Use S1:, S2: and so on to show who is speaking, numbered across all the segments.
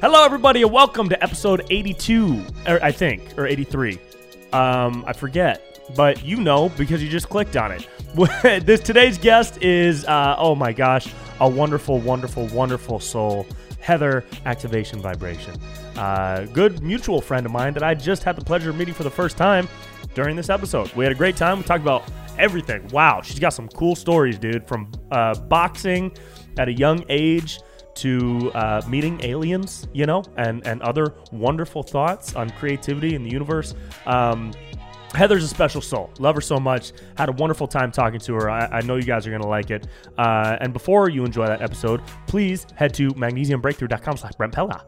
S1: Hello, everybody, and welcome to episode 82, or I think, or 83. Um, I forget, but you know because you just clicked on it. this today's guest is, uh, oh my gosh, a wonderful, wonderful, wonderful soul, Heather Activation Vibration. Uh, good mutual friend of mine that I just had the pleasure of meeting for the first time during this episode. We had a great time. We talked about everything. Wow, she's got some cool stories, dude, from uh, boxing at a young age to uh, meeting aliens, you know, and, and other wonderful thoughts on creativity in the universe. Um, Heather's a special soul. Love her so much. Had a wonderful time talking to her. I, I know you guys are going to like it. Uh, and before you enjoy that episode, please head to magnesiumbreakthrough.com slash Brent Pella,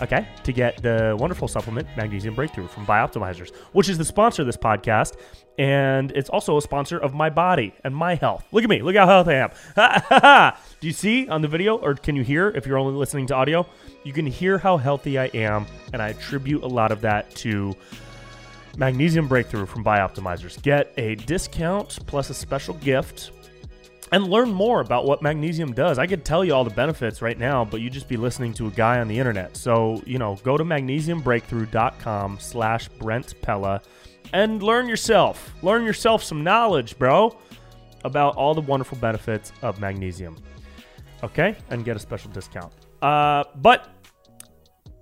S1: okay, to get the wonderful supplement Magnesium Breakthrough from Bioptimizers, which is the sponsor of this podcast. And it's also a sponsor of my body and my health. Look at me. Look how healthy I am. Do you see on the video, or can you hear if you're only listening to audio? You can hear how healthy I am. And I attribute a lot of that to Magnesium Breakthrough from Bioptimizers. Get a discount plus a special gift and learn more about what magnesium does. I could tell you all the benefits right now, but you'd just be listening to a guy on the internet. So, you know, go to magnesiumbreakthrough.com slash Brent Pella and learn yourself. Learn yourself some knowledge, bro, about all the wonderful benefits of magnesium. Okay? And get a special discount. Uh, but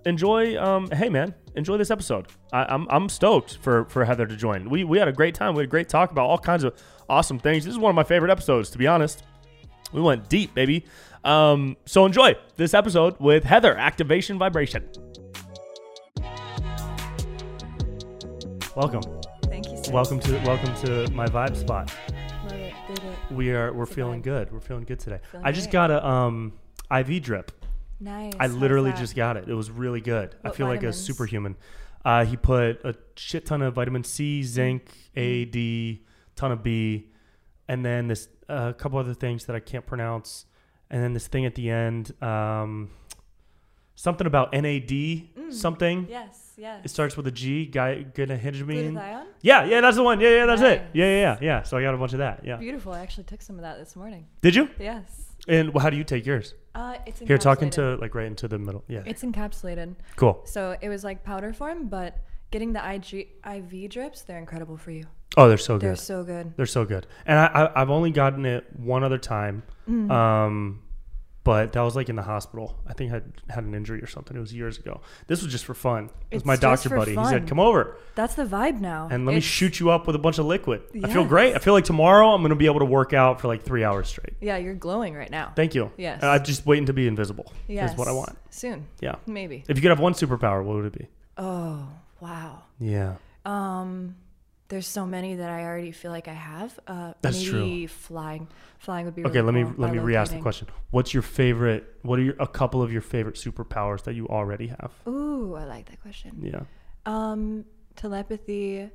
S1: enjoy um hey man enjoy this episode I, i'm i'm stoked for for heather to join we we had a great time we had a great talk about all kinds of awesome things this is one of my favorite episodes to be honest we went deep baby um so enjoy this episode with heather activation vibration welcome
S2: Thank you. Sir.
S1: welcome to welcome to my vibe spot
S2: Love it. Did it.
S1: we are we're
S2: Survived.
S1: feeling good we're feeling good today
S2: Feeling
S1: i just
S2: great.
S1: got a um iv drip
S2: Nice.
S1: I
S2: How's
S1: literally
S2: that?
S1: just got it. It was really good. I
S2: What
S1: feel like a
S2: vitamins?
S1: superhuman. Uh, he put a shit ton of vitamin C, zinc, A,
S2: Mm-hmm.
S1: D, ton of B, and then this a couple other things that I can't pronounce, and then this thing at the end, um, something about NAD,
S2: Mm.
S1: something.
S2: Yes. Yes.
S1: It starts with a G. Guy, gonna
S2: Glutathione.
S1: Yeah, yeah, that's the one. Yeah, yeah, that's it.
S2: Nice.
S1: Yeah, yeah, yeah, yeah. So I got a bunch of that. Yeah.
S2: Beautiful. I actually took some of that this morning.
S1: Did you?
S2: Yes.
S1: And wh- how do you take yours?
S2: Uh, it's encapsulated.
S1: Here, talking to like right into the middle. Yeah.
S2: It's encapsulated.
S1: Cool.
S2: So it was like powder form, but getting the IG, IV drips, they're incredible for you.
S1: Oh, they're so
S2: They're
S1: good.
S2: so good.
S1: They're so good, and I, I I've only gotten it one other time,
S2: Mm.
S1: um, but that was like in the hospital. I think I had had an injury or something. It was years ago. This was just for fun. It was
S2: It's
S1: my
S2: just
S1: doctor
S2: for
S1: buddy. He said,
S2: fun.
S1: "Come over
S2: That's the vibe now.
S1: and let me
S2: It's-
S1: shoot you up with a bunch of liquid." I feel great. I
S2: Yes.
S1: feel like tomorrow I'm gonna be able to work out for like three hours straight.
S2: Yeah, you're glowing right now.
S1: Thank you.
S2: Yes.
S1: And I'm just waiting to be invisible.
S2: yes.
S1: Is what I want.
S2: Soon.
S1: Yeah.
S2: Maybe.
S1: If you could have one superpower, what would it be?
S2: Oh wow.
S1: Yeah.
S2: Um, there's so many that I already feel like I have. Uh,
S1: That's
S2: maybe
S1: true.
S2: Flying, flying would be.
S1: Okay,
S2: really
S1: let me
S2: cool
S1: let
S2: by
S1: me re-ask the
S2: locating.
S1: question. What's your favorite? What are your, a couple of your favorite superpowers that you already have?
S2: Ooh, I like that question.
S1: Yeah.
S2: Um, telepathy,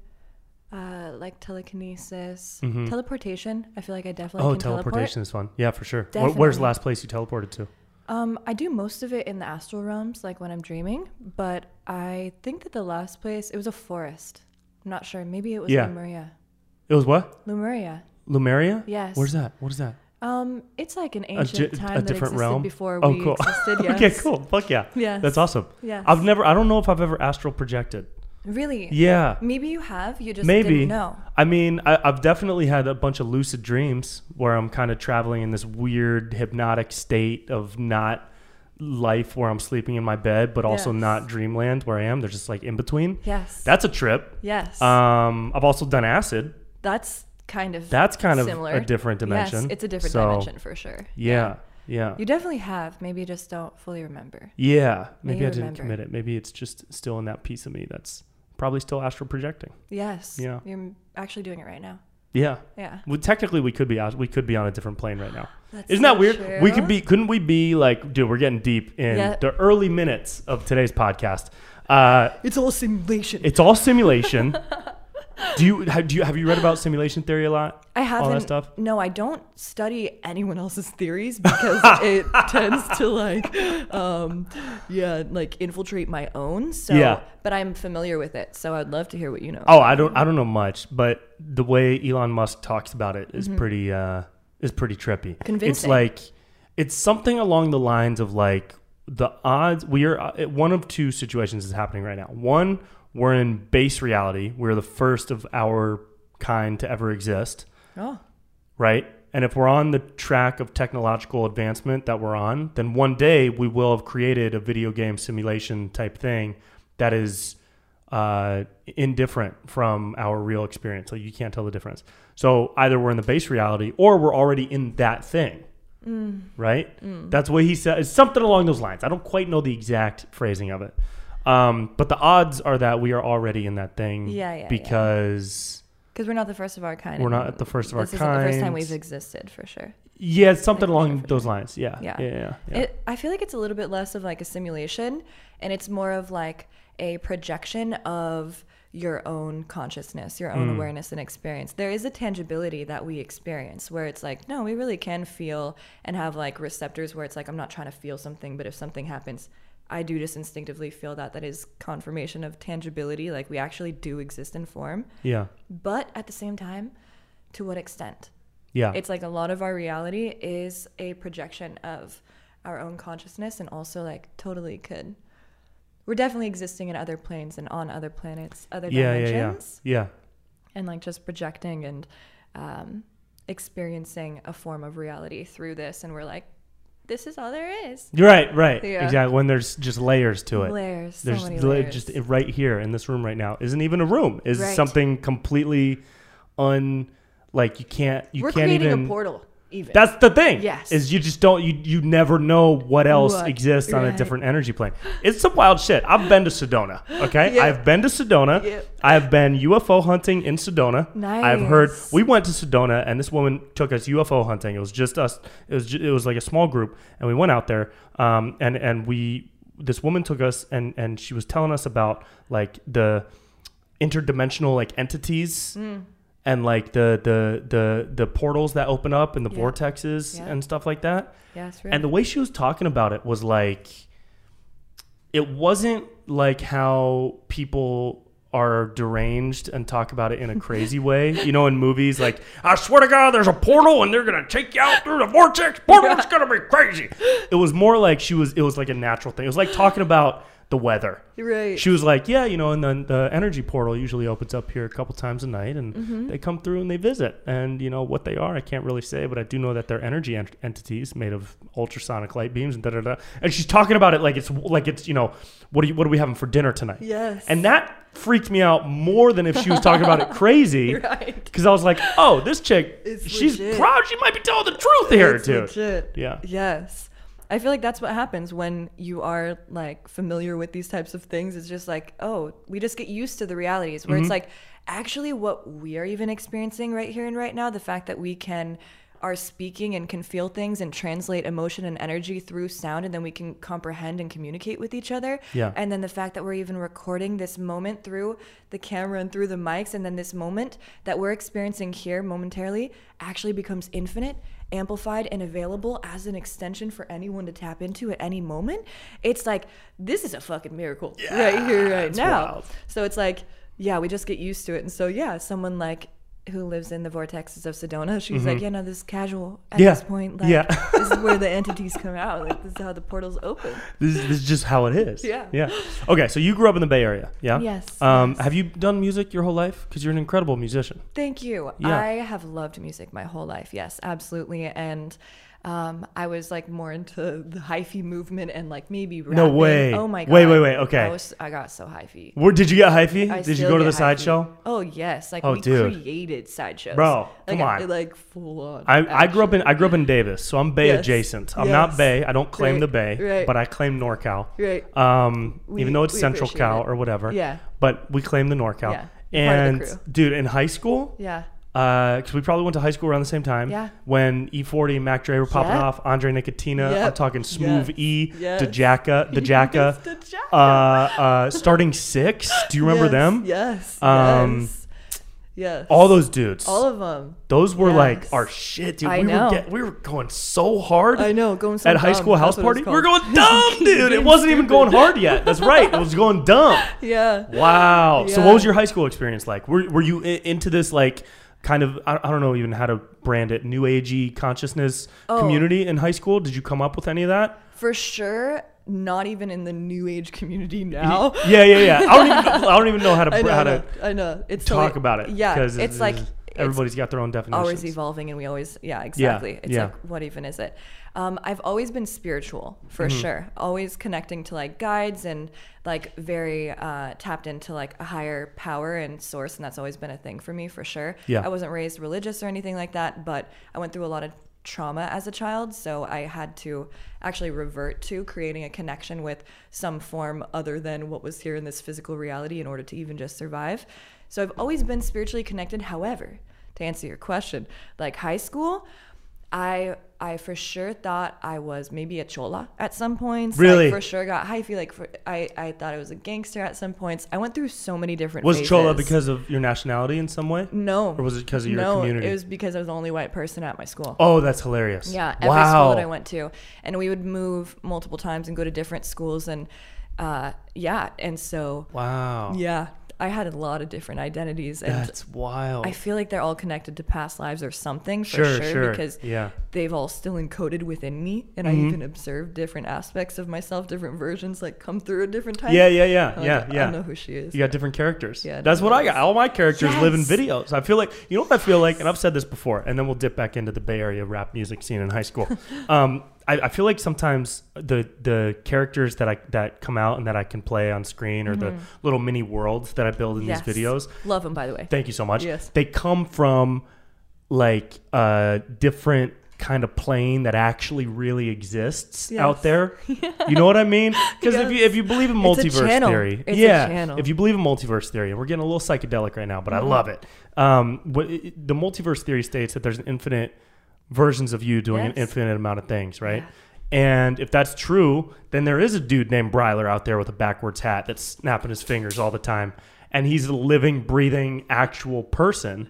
S2: uh, like telekinesis, teleportation. I feel like I definitely
S1: Mm-hmm. Oh,
S2: can
S1: teleportation
S2: teleport.
S1: is fun. Yeah, for sure. Wh- Where's the
S2: Definitely.
S1: last place you teleported to?
S2: Um, I do most of it in the astral realms, like when I'm dreaming. But I think that the last place it was a forest. I'm not sure. Maybe it was
S1: Yeah.
S2: Lemuria.
S1: It was what?
S2: Lemuria.
S1: Lumeria?
S2: Yes.
S1: Where's that? What is that?
S2: Um, it's like an
S1: A
S2: ancient
S1: di-
S2: time
S1: a
S2: that
S1: different
S2: existed
S1: realm?
S2: before
S1: oh,
S2: we
S1: cool.
S2: existed. Yes.
S1: okay, cool. Fuck yeah.
S2: Yes.
S1: That's awesome.
S2: Yes.
S1: I've never, I don't know if I've ever astral projected.
S2: Really?
S1: Yeah.
S2: Maybe you have. You just
S1: Maybe.
S2: didn't know.
S1: I mean, I, I've definitely had a bunch of lucid dreams where I'm kind of traveling in this weird hypnotic state of not life where I'm sleeping in my bed, but also
S2: Yes.
S1: not dreamland where I am. They're just like in between.
S2: Yes.
S1: That's a trip.
S2: yes.
S1: Um, I've also done acid.
S2: that's kind of
S1: That's kind of
S2: similar.
S1: a different dimension.
S2: Yes, it's a different
S1: So,
S2: dimension for sure.
S1: Yeah, yeah,
S2: You definitely have. Maybe you just don't fully remember.
S1: yeah. Maybe
S2: you
S1: I didn't
S2: remember.
S1: commit it. Maybe it's just still in that piece of me that's probably still astral projecting.
S2: Yes.
S1: Yeah.
S2: You're actually doing it right now.
S1: Yeah.
S2: Yeah.
S1: Well, technically, we could be ast- we could be on a different plane right now.
S2: That's
S1: Isn't that
S2: so
S1: weird? We could
S2: true.
S1: be. Couldn't we be like, dude? We're getting deep in
S2: Yeah.
S1: the early minutes of today's podcast. Uh,
S2: It's all simulation.
S1: it's all simulation. do you have, do you have you read about simulation theory a lot?
S2: I haven't.
S1: all that stuff.
S2: No, I don't study anyone else's theories because it tends to like, um, yeah, like infiltrate my own. So,
S1: Yeah.
S2: but I'm familiar with it, so I'd love to hear what you know.
S1: Oh, I don't I don't know much, but the way Elon Musk talks about it is pretty uh is pretty trippy. It's
S2: Mm-hmm. Convincing.
S1: like it's something along the lines of like the odds we are uh, one of two situations is happening right now. One, we're in base reality. We're the first of our kind to ever exist,
S2: Oh,
S1: right? And if we're on the track of technological advancement that we're on, then one day we will have created a video game simulation type thing that is uh, indifferent from our real experience. Like you can't tell the difference. So either we're in the base reality or we're already in that thing
S2: Mm.
S1: right? That's what he said. It's something along those lines. I don't quite know the exact phrasing of it. Um, but the odds are that we are already in that thing
S2: Yeah, yeah, yeah.
S1: because
S2: because we're not the first of our kind.
S1: We're
S2: and
S1: not at the first of our
S2: This isn't the first time
S1: kind.
S2: we've existed, for sure.
S1: yeah, it's something
S2: Like,
S1: along
S2: for
S1: those lines. Yeah.
S2: Yeah.
S1: Yeah. yeah, yeah.
S2: It, I feel like it's a little bit less of like a simulation and it's more of like a projection of your own consciousness, your
S1: Mm.
S2: own awareness and experience. There is a tangibility that we experience where it's like, no, we really can feel and have like receptors where it's like, I'm not trying to feel something, but if something happens, I do just instinctively feel that. That is confirmation of tangibility. Like we actually do exist in form.
S1: yeah.
S2: But at the same time, to what extent?
S1: Yeah.
S2: it's like a lot of our reality is a projection of our own consciousness and also like totally could we're definitely existing in other planes and on other planets other
S1: yeah, yeah, yeah.
S2: dimensions
S1: Yeah.
S2: and like just projecting and um, experiencing a form of reality through this and we're like this is all there is
S1: You're right, right.
S2: Yeah.
S1: Exactly. When there's just layers to it.
S2: layers so
S1: there's
S2: many
S1: la-
S2: layers
S1: just right here in this room right now isn't even a room. Is
S2: Right.
S1: something completely un like you can't you
S2: we're
S1: can't
S2: creating
S1: even
S2: a portal even
S1: That's the thing.
S2: Yes.
S1: Is you just don't you you never know what else
S2: What?
S1: exists on a
S2: Right.
S1: different energy plane. It's some wild shit. I've been to Sedona. Okay.
S2: Yeah.
S1: I've been to Sedona.
S2: Yep.
S1: I've been UFO hunting in Sedona. I've heard
S2: Nice.
S1: we went to Sedona and this woman took us UFO hunting. It was just us. It was ju- it was like a small group and we went out there. Um and and we this woman took us and and she was telling us about like the interdimensional like entities
S2: Mm.
S1: and like the the the the portals that open up and the
S2: Yeah.
S1: vortexes
S2: Yeah.
S1: and stuff like that.
S2: yeah it's
S1: And the way she was talking about it was like it wasn't like how people are deranged and talk about it in a crazy way. You know, in movies like I swear to God there's a portal and they're gonna take you out through the vortex portal, it's gonna be crazy. It was more like she was it was like a natural thing. It was like talking about the weather
S2: right
S1: she was like, "Yeah, you know," and then the energy portal usually opens up here a couple times a night, and
S2: Mm-hmm.
S1: they come through and they visit. And you know what they are, I can't really say, but I do know that they're energy ent- entities made of ultrasonic light beams and da da da. And she's talking about it like it's like it's you know what are you, what are we having for dinner tonight?
S2: Yes.
S1: and that freaked me out more than if she was talking about it crazy.
S2: Right.
S1: Because I was like, oh, this chick,
S2: It's
S1: she's
S2: legit.
S1: proud. She might be telling the truth here,
S2: It's
S1: dude.
S2: legit.
S1: Yeah.
S2: Yes. I feel like that's what happens when you are like familiar with these types of things. It's just like, oh, we just get used to the realities where it's
S1: Mm-hmm.
S2: like actually what we are even experiencing right here and right now, the fact that we can are speaking and can feel things and translate emotion and energy through sound and then we can comprehend and communicate with each other.
S1: Yeah.
S2: And then the fact that we're even recording this moment through the camera and through the mics, and then this moment that we're experiencing here momentarily actually becomes infinite, amplified, and available as an extension for anyone to tap into at any moment. It's like, this is a fucking miracle right here, right
S1: it's
S2: now.
S1: wild.
S2: So it's like, yeah, we just get used to it. And so, yeah, someone like, who lives in the vortexes of Sedona? She's like, yeah, no, this is casual at
S1: Mm-hmm. Yeah.
S2: this point. Like,
S1: Yeah.
S2: this is where the entities come out. Like, this is how the portals open.
S1: This, is- this is just how it is.
S2: Yeah.
S1: Yeah. Okay, so you grew up in the Bay Area. Yeah.
S2: Yes,
S1: Um, Have you done music your whole life? Because you're an incredible musician.
S2: Thank you.
S1: Yeah.
S2: I have loved music my whole life. Yes, absolutely. And um, I was like more into the hyphy movement and like maybe rapping.
S1: way.
S2: Oh my god.
S1: Wait, wait, wait, okay.
S2: I was I got so hyphy.
S1: Where did you get hyphy?
S2: I
S1: did you
S2: still
S1: go to the
S2: get hyphy.
S1: sideshow?
S2: Oh yes, like
S1: Oh,
S2: we
S1: dude.
S2: created sideshows.
S1: Bro,
S2: like,
S1: come
S2: I-
S1: on.
S2: like full on.
S1: I, I grew up in I grew up in Davis, so I'm Bay
S2: Yes.
S1: adjacent. I'm
S2: Yes.
S1: not Bay. I don't claim
S2: Right.
S1: the Bay,
S2: Right.
S1: but I claim NorCal.
S2: Right.
S1: Um,
S2: We-
S1: even though it's
S2: we
S1: Central
S2: appreciate
S1: Cal
S2: it.
S1: or whatever.
S2: Yeah.
S1: But we claim the NorCal.
S2: Yeah. You're part of
S1: And
S2: the
S1: dude, in high school,
S2: Yeah.
S1: because Uh, we probably went to high school around the same time.
S2: Yeah.
S1: When E40 and Mac Dre were popping
S2: Yeah.
S1: off, Andre Nicotina, I'm
S2: Yep.
S1: talking Smooth
S2: Yes.
S1: E,
S2: Yes.
S1: DeJacka, DeJacka,
S2: Yes, DeJacka.
S1: uh, uh, starting six. Do you remember
S2: Yes,
S1: them?
S2: Yes.
S1: Um,
S2: yes. Yes.
S1: All those dudes.
S2: All of them.
S1: those were like
S2: Yes.
S1: our shit, dude.
S2: I
S1: we
S2: know.
S1: were get, we were going so hard.
S2: I know. Going so
S1: At high
S2: dumb.
S1: school house
S2: That's what
S1: party,
S2: it's
S1: we were
S2: called.
S1: going dumb, dude. It
S2: Being
S1: wasn't even going
S2: stupid.
S1: hard yet. That's right. It was going dumb.
S2: Yeah.
S1: Wow. So, what
S2: Yeah.
S1: was your high school experience like? Were, were you i- into this like kind of I, I don't know even how to brand it new agey consciousness
S2: Oh.
S1: community in high school? Did you come up with any of that?
S2: For sure, not even in the new age community now.
S1: Yeah, yeah, yeah. I don't even know, I don't even know how to
S2: I know,
S1: how
S2: I
S1: to
S2: know, I know. It's so,
S1: talk
S2: like-
S1: about it.
S2: Yeah,
S1: because
S2: it's like it's
S1: everybody's got their own definition.
S2: always evolving and we always yeah exactly it's
S1: yeah.
S2: like what even is it um, i've always been spiritual for
S1: Mm-hmm.
S2: sure always connecting to like guides and like very uh, tapped into like a higher power and source and that's always been a thing for me for sure
S1: Yeah.
S2: i wasn't raised religious or anything like that but i went through a lot of trauma as a child so i had to actually revert to creating a connection with some form other than what was here in this physical reality in order to even just survive so i've always been spiritually connected however to answer your question like high school i i for sure thought i was maybe a chola at some points Like,
S1: Really?
S2: for sure got hyphy like for, i i thought i was a gangster at some points i went through so many different
S1: Was Chola
S2: phases.
S1: because of your nationality in some way?
S2: no
S1: or was it 'cause of your
S2: no,
S1: community?
S2: it was because i was the only white person at my school
S1: Oh, that's hilarious.
S2: yeah, every
S1: Wow.
S2: school that I went to, and we would move multiple times and go to different schools, and uh, yeah, and so
S1: Wow.
S2: yeah, I had a lot of different identities, and
S1: That's wild.
S2: I feel like they're all connected to past lives or something for
S1: Sure,
S2: sure,
S1: sure. Mm-hmm.
S2: because
S1: Yeah.
S2: they've all still encoded within me, and I even observed different aspects of myself, different versions like come through at different times.
S1: yeah, yeah, yeah,
S2: I'm
S1: yeah,
S2: like,
S1: yeah.
S2: I know who she is.
S1: You got different characters.
S2: Yeah, I
S1: that's
S2: know
S1: what I
S2: those.
S1: got. All my characters live in
S2: Yes.
S1: videos. I feel like you know what I feel like, and I've said this before, and then we'll dip back into the Bay Area rap music scene in high school. um, I, I feel like sometimes the the characters that I that come out and that I can play on screen, or the little mini worlds that I build in
S2: Mm-hmm. Yes.
S1: these videos,
S2: Love them, by the way.
S1: Thank you so much.
S2: Yes.
S1: They come from like a different kind of plane that actually really exists
S2: Yes.
S1: out there. You know what I mean? Because if you if you believe in
S2: It's a
S1: multiverse
S2: channel.
S1: theory,
S2: It's a
S1: yeah,
S2: channel. Mm-hmm.
S1: if you believe in multiverse theory, and we're getting a little psychedelic right now, but I love it. Um, what, it- the multiverse theory states that there's an infinite versions of you doing an
S2: Yes.
S1: infinite amount of things, right? And if that's true, then there is a dude named Bryler out there with a backwards hat that's snapping his fingers all the time. And he's a living, breathing, actual person.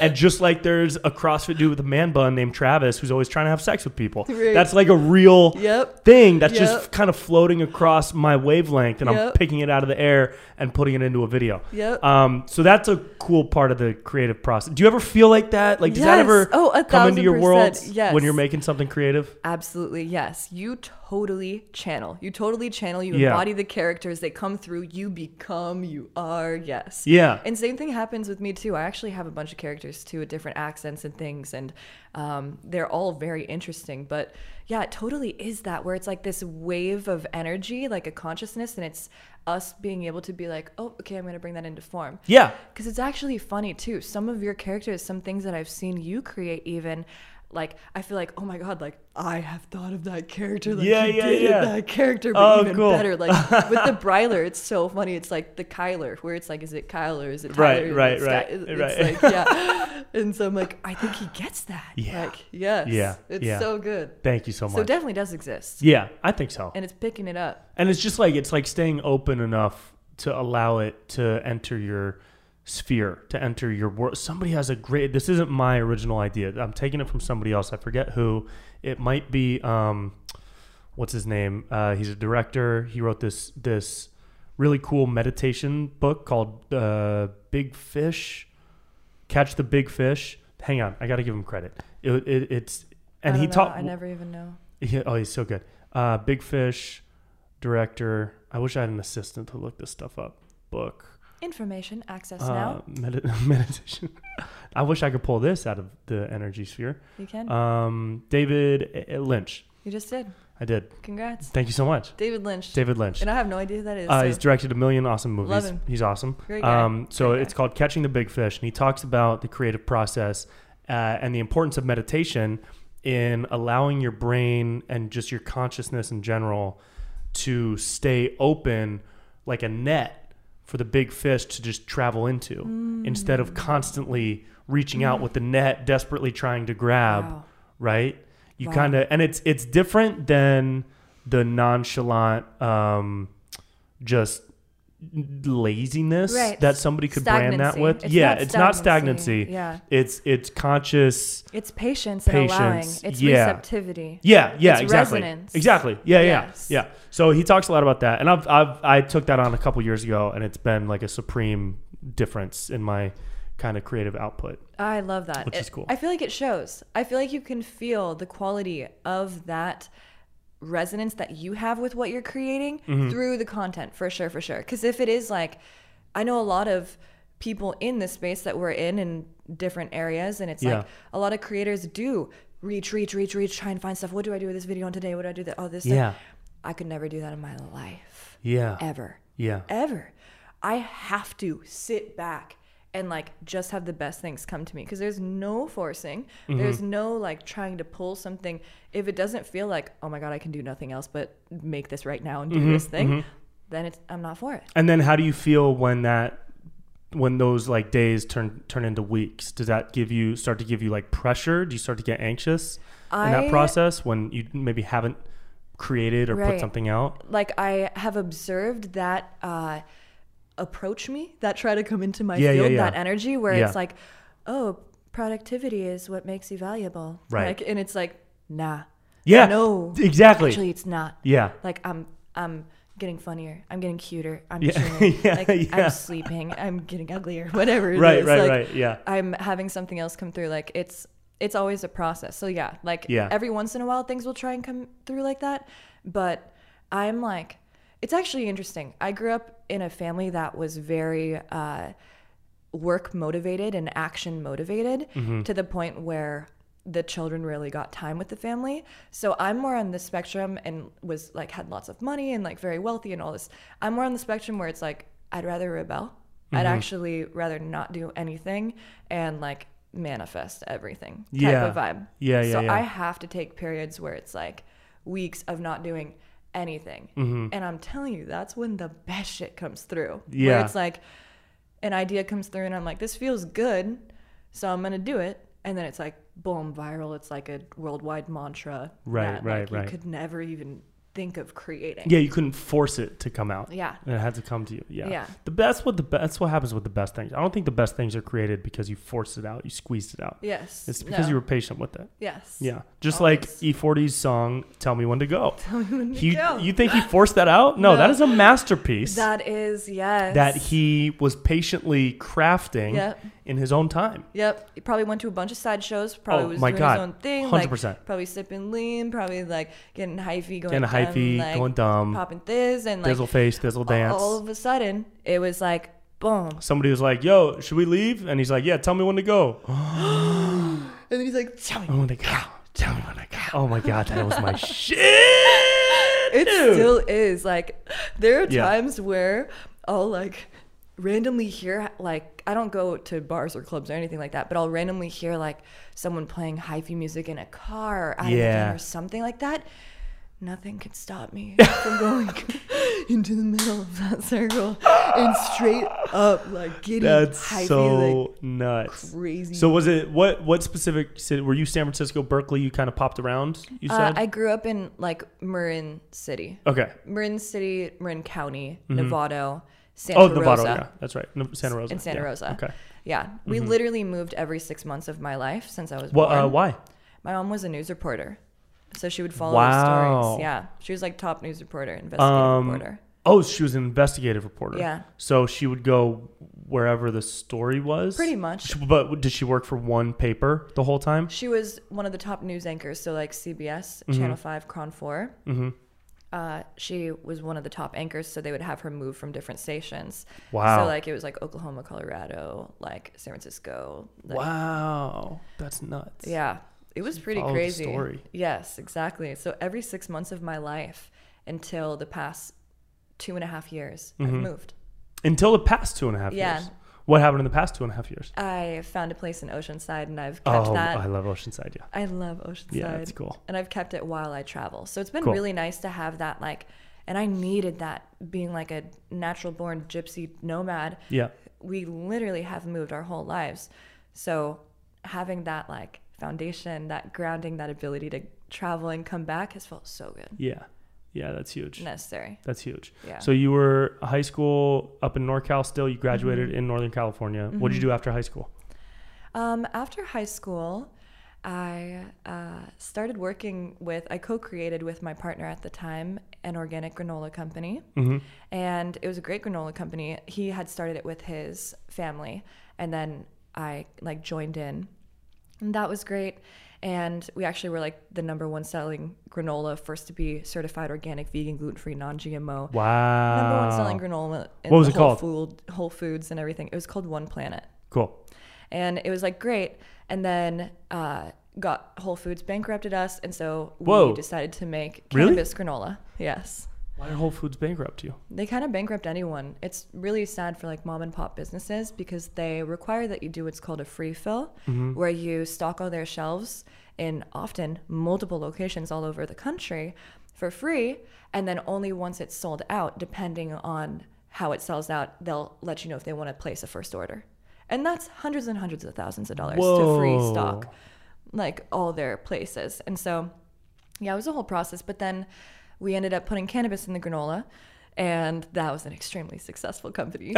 S1: And just like there's a CrossFit dude with a man bun named Travis who's always trying to have sex with people.
S2: Right.
S1: That's like a real
S2: Yep.
S1: thing that's just
S2: Yep.
S1: kind of floating across my wavelength. And I'm
S2: Yep.
S1: picking it out of the air and putting it into a video.
S2: Yep.
S1: Um, so that's a cool part of the creative process. Do you ever feel like that? Like, does that
S2: Yes.
S1: ever
S2: Oh,
S1: come
S2: a
S1: into
S2: thousand
S1: your world
S2: percent. Yes.
S1: when you're making something creative?
S2: Absolutely, yes. You totally channel. You totally channel. You
S1: Yeah.
S2: embody the characters. They come through. You become. You are. Yes.
S1: Yeah.
S2: And same thing happens with me too. I actually have a bunch of characters too, with different accents and things, and um, they're all very interesting. But yeah, it totally is that where it's like this wave of energy, like a consciousness, and it's us being able to be like, oh, okay, I'm gonna bring that into form.
S1: Yeah.
S2: Because it's actually funny too. Some of your characters, some things that I've seen you create, even like I feel like, oh my god, like I have thought of that character, like
S1: Yeah,
S2: you
S1: yeah,
S2: did
S1: yeah.
S2: with that character, but
S1: Oh,
S2: even
S1: cool.
S2: better. Like with the Bryler, it's so funny. It's like the Kyler, where it's like, is it Kyle or is it
S1: Right,
S2: Tyler?
S1: right,
S2: It's
S1: right,
S2: Ky- it's
S1: right.
S2: Like, yeah. and so I'm like, I think he gets that.
S1: Yeah.
S2: Like, yes.
S1: Yeah,
S2: It's
S1: yeah.
S2: so good.
S1: Thank you so
S2: So it
S1: much.
S2: definitely does exist,
S1: yeah, I think so.
S2: and it's picking it up.
S1: And it's just like it's like staying open enough to allow it to enter your sphere, to enter your world. Somebody has a great. This isn't my original idea. I'm taking it from somebody else. I forget who. It might be um, what's his name? Uh, he's a director. He wrote this this really cool meditation book called uh, Big Fish. Catch the Big Fish. Hang on, I got to give him credit. It, it, it's and
S2: I
S1: he
S2: don't know,
S1: taught.
S2: I never even know.
S1: Yeah, oh, he's so good. Uh, Big Fish, director. I wish I had an assistant to look this stuff up. Book.
S2: Information access
S1: Uh,
S2: now.
S1: medi- meditation. I wish I could pull this out of the energy sphere.
S2: You can.
S1: Um, David uh, Lynch.
S2: you just did.
S1: I did.
S2: Congrats,
S1: Thank you so much,
S2: David Lynch.
S1: David Lynch.
S2: And I have no idea who that is.
S1: Uh,
S2: so-
S1: he's directed a million awesome movies.
S2: Love him.
S1: He's awesome.
S2: Great guy.
S1: Um, so
S2: Great guy.
S1: it's called Catching the Big Fish, and he talks about the creative process uh, and the importance of meditation in allowing your brain and just your consciousness in general to stay open like a net for the big fish to just travel into instead
S2: Mm.
S1: of constantly reaching out with the net desperately trying to grab
S2: Wow.
S1: right you
S2: Wow.
S1: kind of and it's it's different than the nonchalant um just laziness
S2: Right.
S1: that somebody could brand that
S2: Stagnancy.
S1: with
S2: It's
S1: yeah
S2: not
S1: it's not
S2: stagnancy.
S1: stagnancy
S2: Yeah.
S1: it's it's conscious
S2: It's patience, and allowing.
S1: Patience,
S2: It's
S1: yeah.
S2: receptivity.
S1: yeah yeah
S2: It's
S1: exactly
S2: resonance.
S1: exactly yeah yeah
S2: Yes.
S1: yeah so he talks a lot about that and I've, I've i took that on a couple years ago and it's been like a supreme difference in my kind of creative output
S2: I love that.
S1: Which
S2: It-
S1: is cool.
S2: I feel like it shows. I feel like you can feel the quality of that resonance that you have with what you're creating
S1: Mm-hmm.
S2: through the content for sure for sure because if it is like i know a lot of people in the space that we're in in different areas and it's
S1: Yeah.
S2: like a lot of creators do reach reach reach reach try and find stuff what do i do with this video on today what do i do that oh this thing.
S1: Yeah.
S2: i could never do that in my life
S1: Yeah.
S2: ever
S1: Yeah.
S2: ever. I have to sit back and like just have the best things come to me because there's no forcing.
S1: Mm-hmm.
S2: There's no like trying to pull something. If it doesn't feel like, oh my God, I can do nothing else but make this right now and
S1: Mm-hmm,
S2: do this thing, then it's, I'm not for it.
S1: And then how do you feel when that when those like days turn turn into weeks? Does that give you start to give you like pressure? Do you start to get anxious in that
S2: I-
S1: process when you maybe haven't created or put
S2: Right.
S1: something out?
S2: Like I have observed that uh, approach me, that try to come into my
S1: Yeah, yeah,
S2: field,
S1: yeah.
S2: that energy where
S1: Yeah.
S2: it's like, oh, productivity is what makes you valuable.
S1: Right.
S2: Like, and it's like, nah.
S1: Yeah.
S2: No.
S1: Exactly.
S2: Actually, it's not.
S1: yeah.
S2: like I'm I'm getting funnier, I'm getting cuter, I'm
S1: Yeah,
S2: chilling,
S1: yeah,
S2: like
S1: yeah.
S2: I'm sleeping, I'm getting uglier, whatever. it
S1: Right,
S2: is,
S1: right,
S2: like,
S1: right. Yeah.
S2: I'm having something else come through. Like it's it's always a process. So yeah, like
S1: Yeah.
S2: every once in a while things will try and come through like that. But I'm like it's actually interesting. I grew up in a family that was very uh work motivated and action motivated
S1: Mm-hmm.
S2: to the point where the children really got time with the family. So I'm more on the spectrum and was like had lots of money and like very wealthy and all this. I'm more on the spectrum where it's like I'd rather rebel. I'd
S1: Mm-hmm.
S2: actually rather not do anything and like manifest everything type
S1: Yeah.
S2: of vibe.
S1: Yeah, yeah,
S2: So
S1: yeah.
S2: I have to take periods where it's like weeks of not doing anything.
S1: Mm-hmm.
S2: And I'm telling you, that's when the best shit comes through.
S1: Yeah.
S2: Where it's like an idea comes through and I'm like, this feels good, so I'm gonna do it. And then it's like boom, viral. It's like a worldwide mantra.
S1: Right,
S2: that,
S1: right,
S2: like,
S1: right.
S2: You could never even think of creating.
S1: Yeah, you couldn't force it to come out.
S2: Yeah.
S1: It had to come to you. Yeah.
S2: Yeah.
S1: The best what the best that's what happens with the best things. I don't think the best things are created because you forced it out, you squeezed it out.
S2: Yes.
S1: It's because
S2: no.
S1: you were patient with it.
S2: Yes.
S1: Yeah, just
S2: Always.
S1: like E40's song "Tell Me When to Go." Tell me when
S2: to
S1: he,
S2: go.
S1: You think he forced that out? No,
S2: No.
S1: that is a masterpiece that,
S2: That is yes.
S1: he was patiently crafting
S2: Yep.
S1: in his own time.
S2: Yep. He probably went to a bunch of side shows. Probably
S1: Oh,
S2: was
S1: my
S2: doing
S1: God.
S2: his own thing.
S1: 100%.
S2: Like, probably sipping lean. Probably like getting hyphy,
S1: Getting
S2: going dumb,
S1: hyphy,
S2: like,
S1: going dumb.
S2: popping this and like
S1: Thizzle face, thizzle dance.
S2: all of a sudden it was like boom.
S1: Somebody was like, "Yo, should we leave?" And he's like, "Yeah, tell me when to go."
S2: Oh, And then he's like, tell me.
S1: Oh my god! Tell me when to go. Oh my god, that was my shit. It
S2: It still is. Like, there are
S1: Yeah.
S2: times where I'll like randomly hear like I don't go to bars or clubs or anything like that, but I'll randomly hear like someone playing hyphy music in a car or out of the
S1: Yeah.
S2: van or something like that. Nothing could stop me from going into the middle of that circle and straight up like giddy
S1: That's
S2: hyphy
S1: so
S2: like
S1: nuts.
S2: crazy.
S1: So was it what what specific city were you San Francisco, Berkeley? You kind of popped around. You
S2: uh,
S1: said
S2: I grew up in like Marin City.
S1: okay.
S2: Marin City, Marin County, Novato, Santa
S1: Mm-hmm. Oh,
S2: Rosa.
S1: Novato, yeah, that's right, No- Santa Rosa.
S2: In Santa
S1: yeah.
S2: Rosa.
S1: Okay.
S2: Yeah. We literally moved every six months of my life since I was
S1: Well,
S2: born.
S1: uh, why?
S2: my mom was a news reporter. So she would follow the
S1: Wow.
S2: stories. Yeah. She was like top news reporter, investigative
S1: Um,
S2: reporter.
S1: Oh, she was an investigative reporter.
S2: Yeah.
S1: So she would go wherever the story was.
S2: Pretty much.
S1: She- but did she work for one paper the whole time?
S2: She was one of the top news anchors, so like CBS,
S1: Mm-hmm.
S2: Channel 5, Cron 4. Uh, she was one of the top anchors, so they would have her move from different stations.
S1: Wow.
S2: So like it was like Oklahoma, Colorado, like San Francisco. Like,
S1: Wow, that's nuts.
S2: Yeah, it was pretty
S1: followed the
S2: crazy.
S1: story.
S2: Yes, exactly. So every six months of my life until the past two and a half years, I've
S1: Mm-hmm.
S2: moved.
S1: Until the past two and a half
S2: Yeah.
S1: years. What happened in the past two and a half years?
S2: I found a place in Oceanside, and I've kept
S1: oh,
S2: that.
S1: I love Oceanside. Yeah.
S2: I love Oceanside.
S1: Yeah, it's cool.
S2: And I've kept it while I travel. So it's been
S1: Cool.
S2: really nice to have that, like, and I needed that being like a natural born gypsy nomad.
S1: Yeah.
S2: we literally have moved our whole lives. So having that like foundation, that grounding, that ability to travel and come back has felt so good.
S1: Yeah. Yeah. That's huge.
S2: Necessary.
S1: That's huge.
S2: Yeah.
S1: So you were high school up in NorCal still. You graduated
S2: Mm-hmm.
S1: in Northern California. What did you do after high school?
S2: Um, after high school, I uh, started working with, I co created with my partner at the time an organic granola company.
S1: Mm-hmm.
S2: And it was a great granola company. He had started it with his family. And then I like joined in. And that was great. And we actually were like the number one selling granola, first to be certified organic, vegan, gluten free, non GMO.
S1: Wow.
S2: Number one selling granola in
S1: What was
S2: the
S1: it
S2: Whole,
S1: called?
S2: Food, Whole Foods and everything. It was called One Planet.
S1: Cool.
S2: And it was like great. And then uh, got Whole Foods bankrupted us. And so
S1: Whoa.
S2: we decided to make
S1: Really?
S2: cannabis granola. Yes.
S1: Why did Whole Foods bankrupt you?
S2: They kind of bankrupt anyone. It's really sad for like mom and pop businesses because they require that you do what's called a free fill, where you stock all their shelves in often multiple locations all over the country for free. And then only once it's sold out, depending on how it sells out, they'll let you know if they want to place a first order. And that's hundreds and hundreds of thousands of dollars to free
S1: Whoa.
S2: stock like all their places. And so, yeah, it was a whole process. But then we ended up putting cannabis in the granola, and that was an extremely successful company.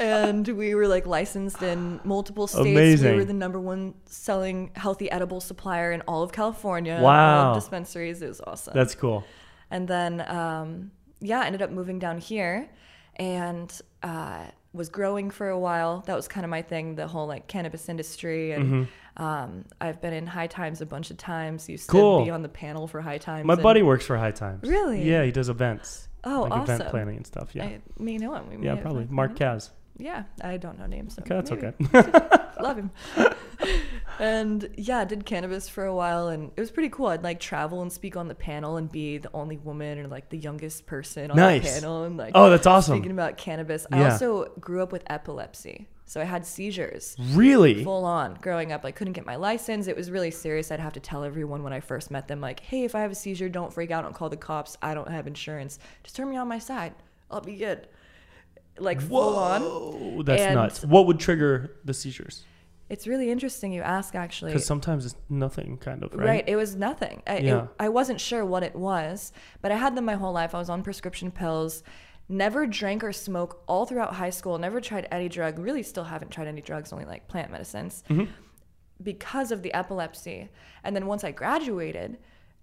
S2: and we were like licensed in multiple states.
S1: Amazing.
S2: We were the number one selling healthy edible supplier in all of California.
S1: Wow.
S2: All of dispensaries. It was awesome.
S1: That's cool.
S2: And then, um, yeah, I ended up moving down here and uh, was growing for a while. That was kind of my thing, the whole like cannabis industry. And
S1: Mm-hmm.
S2: um, I've been in High Times a bunch of times. Used
S1: Cool.
S2: to be on the panel for High Times.
S1: My
S2: and-
S1: buddy works for High Times.
S2: Really?
S1: Yeah, he does events.
S2: Oh,
S1: like Event
S2: awesome.
S1: planning and stuff. Yeah.
S2: I may know him. We may
S1: yeah,
S2: have
S1: probably.
S2: met him.
S1: Mark Kaz.
S2: Yeah, I don't know names. So
S1: Okay, that's
S2: maybe.
S1: okay.
S2: Love him. and yeah, I did cannabis for a while, and it was pretty cool. I'd like travel and speak on the panel and be the only woman or like the youngest person on
S1: Nice.
S2: the panel, and like
S1: Oh, that's awesome.
S2: Speaking about cannabis,
S1: Yeah.
S2: I also grew up with epilepsy. So I had seizures
S1: really?
S2: full on growing up. I couldn't get my license. It was really serious. I'd have to tell everyone when I first met them, like, hey, if I have a seizure, don't freak out. Don't call the cops. I don't have insurance. Just turn me on my side. I'll be good. Like, full on.
S1: Whoa, that's
S2: And-
S1: nuts. What would trigger the seizures?
S2: It's really interesting you ask, actually.
S1: Because sometimes it's nothing, kind of,
S2: Right.
S1: right?
S2: It was nothing. I, it-
S1: Yeah.
S2: I wasn't sure what it was, but I had them my whole life. I was on prescription pills, never drank or smoked all throughout high school, never tried any drug, really still haven't tried any drugs, only like plant medicines
S1: Mm-hmm.
S2: because of the epilepsy. And then once I graduated,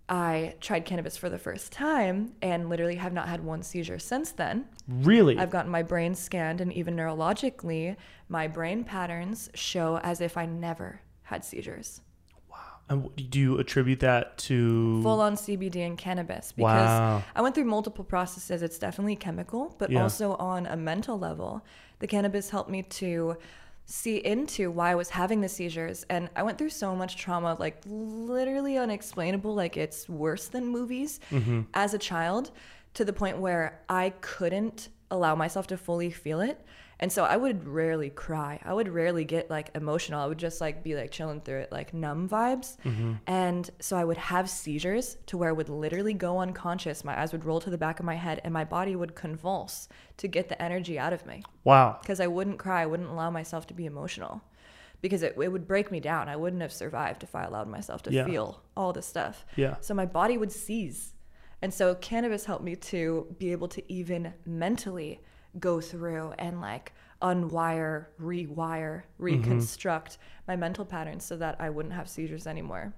S2: I tried cannabis for the first time and literally have not had one seizure since then.
S1: Really?
S2: I've gotten my brain scanned, and even neurologically, my brain patterns show as if I never had seizures.
S1: and w- do you attribute that to.
S2: full on CBD and cannabis because
S1: Mm. Wow.
S2: I went through multiple processes. It's definitely chemical, but
S1: Yeah.
S2: also on a mental level. The cannabis helped me to see into why I was having the seizures. And I went through so much trauma, like literally unexplainable, like it's worse than movies
S1: Mm-hmm.
S2: as a child to the point where I couldn't allow myself to fully feel it. And so I would rarely cry. I would rarely get like emotional. I would just like be like chilling through it, like numb vibes. And so I would have seizures to where I would literally go unconscious. My eyes would roll to the back of my head and my body would convulse to get the energy out of me
S1: wow.
S2: because I wouldn't cry. I wouldn't allow myself to be emotional because it, it would break me down. I wouldn't have survived if I allowed myself to
S1: Yeah.
S2: feel all this stuff.
S1: Yeah.
S2: So my body would seize. And so cannabis helped me to be able to even mentally go through and like unwire, rewire,
S1: Mm-hmm.
S2: reconstruct my mental patterns so that I wouldn't have seizures anymore.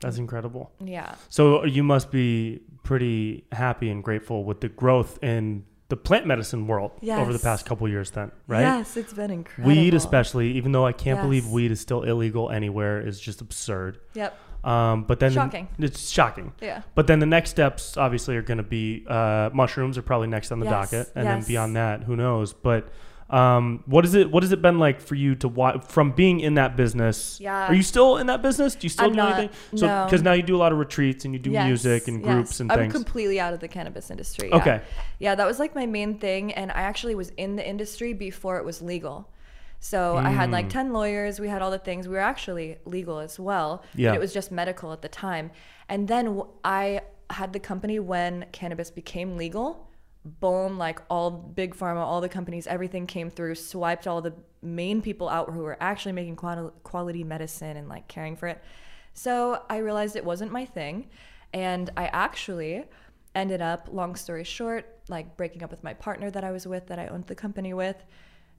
S1: That's incredible.
S2: Yeah.
S1: So uh, you must be pretty happy and grateful with the growth in the plant medicine world over the
S2: Yes.
S1: past couple years, then, right?
S2: Yes, it's been incredible.
S1: Weed, especially, even though I can't believe
S2: Yes.
S1: weed is still illegal anywhere, is just absurd.
S2: Yep.
S1: Um, but then
S2: Shocking.
S1: It's shocking.
S2: Yeah.
S1: But then the next steps obviously are going to be uh, mushrooms are probably next on the
S2: Yes,
S1: docket, and then
S2: yes.
S1: beyond that, who knows? But um, what is it? What has it been like for you to watch from being in that business?
S2: Yeah.
S1: Are you still in that business? Do you still
S2: I'm
S1: do
S2: not,
S1: anything? So
S2: no.
S1: because now you do a lot of retreats and you do music and
S2: yes.
S1: groups and
S2: I'm
S1: things.
S2: completely out of the cannabis industry. yeah.
S1: Okay.
S2: Yeah, that was like my main thing. And I actually was in the industry before it was legal. So I had
S1: Mm.
S2: like 10 lawyers. We had all the things. We were actually legal as well. but
S1: Yeah.
S2: it was just medical at the time. And then w- I had the company when cannabis became legal. Boom, like all big pharma, all the companies, everything came through, swiped all the main people out who were actually making quali- quality medicine and like caring for it. So I realized it wasn't my thing. And I actually ended up, long story short, like breaking up with my partner that I was with, that I owned the company with,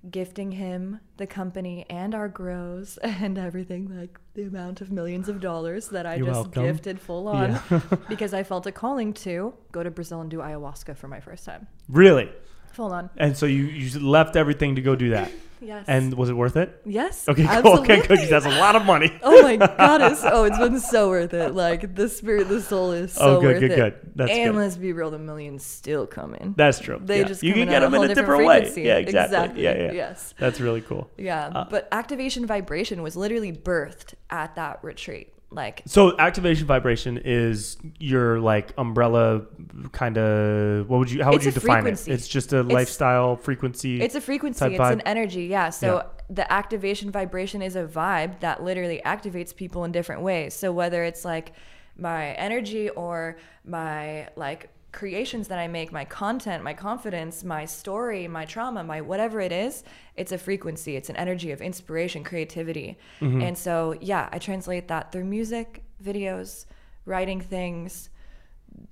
S2: gifting him the company and our grows and everything, like the amount of millions of dollars that I
S1: You're
S2: just
S1: welcome.
S2: gifted full on because I felt a calling to go to Brazil and do ayahuasca for my first time.
S1: really?
S2: Full on.
S1: And so you, you left everything to go do that.
S2: Yes.
S1: And was it worth it?
S2: yes.
S1: Okay, cool.
S2: absolutely.
S1: Okay, good. 'cause that's a lot of money.
S2: Oh my god, it's oh it's been so worth it. Like the spirit, the soul is so
S1: Oh, good,
S2: worth
S1: good,
S2: it.
S1: good. That's
S2: and
S1: good.
S2: let's be real, the millions still come in.
S1: That's true.
S2: They
S1: yeah.
S2: just
S1: you
S2: come
S1: can
S2: in
S1: get
S2: at a
S1: them in
S2: whole
S1: a
S2: different
S1: different way.
S2: frequency.
S1: Yeah, exactly. Yeah,
S2: Exactly,
S1: yeah.
S2: yes.
S1: That's really cool.
S2: yeah, but activation vibration was literally birthed at that retreat. Like
S1: So activation vibration is your like umbrella kind of what would you how would
S2: It's
S1: you
S2: a
S1: define
S2: frequency.
S1: it? It's just a lifestyle frequency.
S2: it's a frequency,
S1: Type
S2: it's
S1: vibe.
S2: an energy. Yeah. So
S1: Yeah.
S2: the activation vibration is a vibe that literally activates people in different ways. So whether it's like my energy or my like creations that I make, my content, my confidence, my story, my trauma, my whatever it is, it's a frequency, it's an energy of inspiration, creativity.
S1: Mm-hmm.
S2: And so, yeah, I translate that through music, videos, writing things,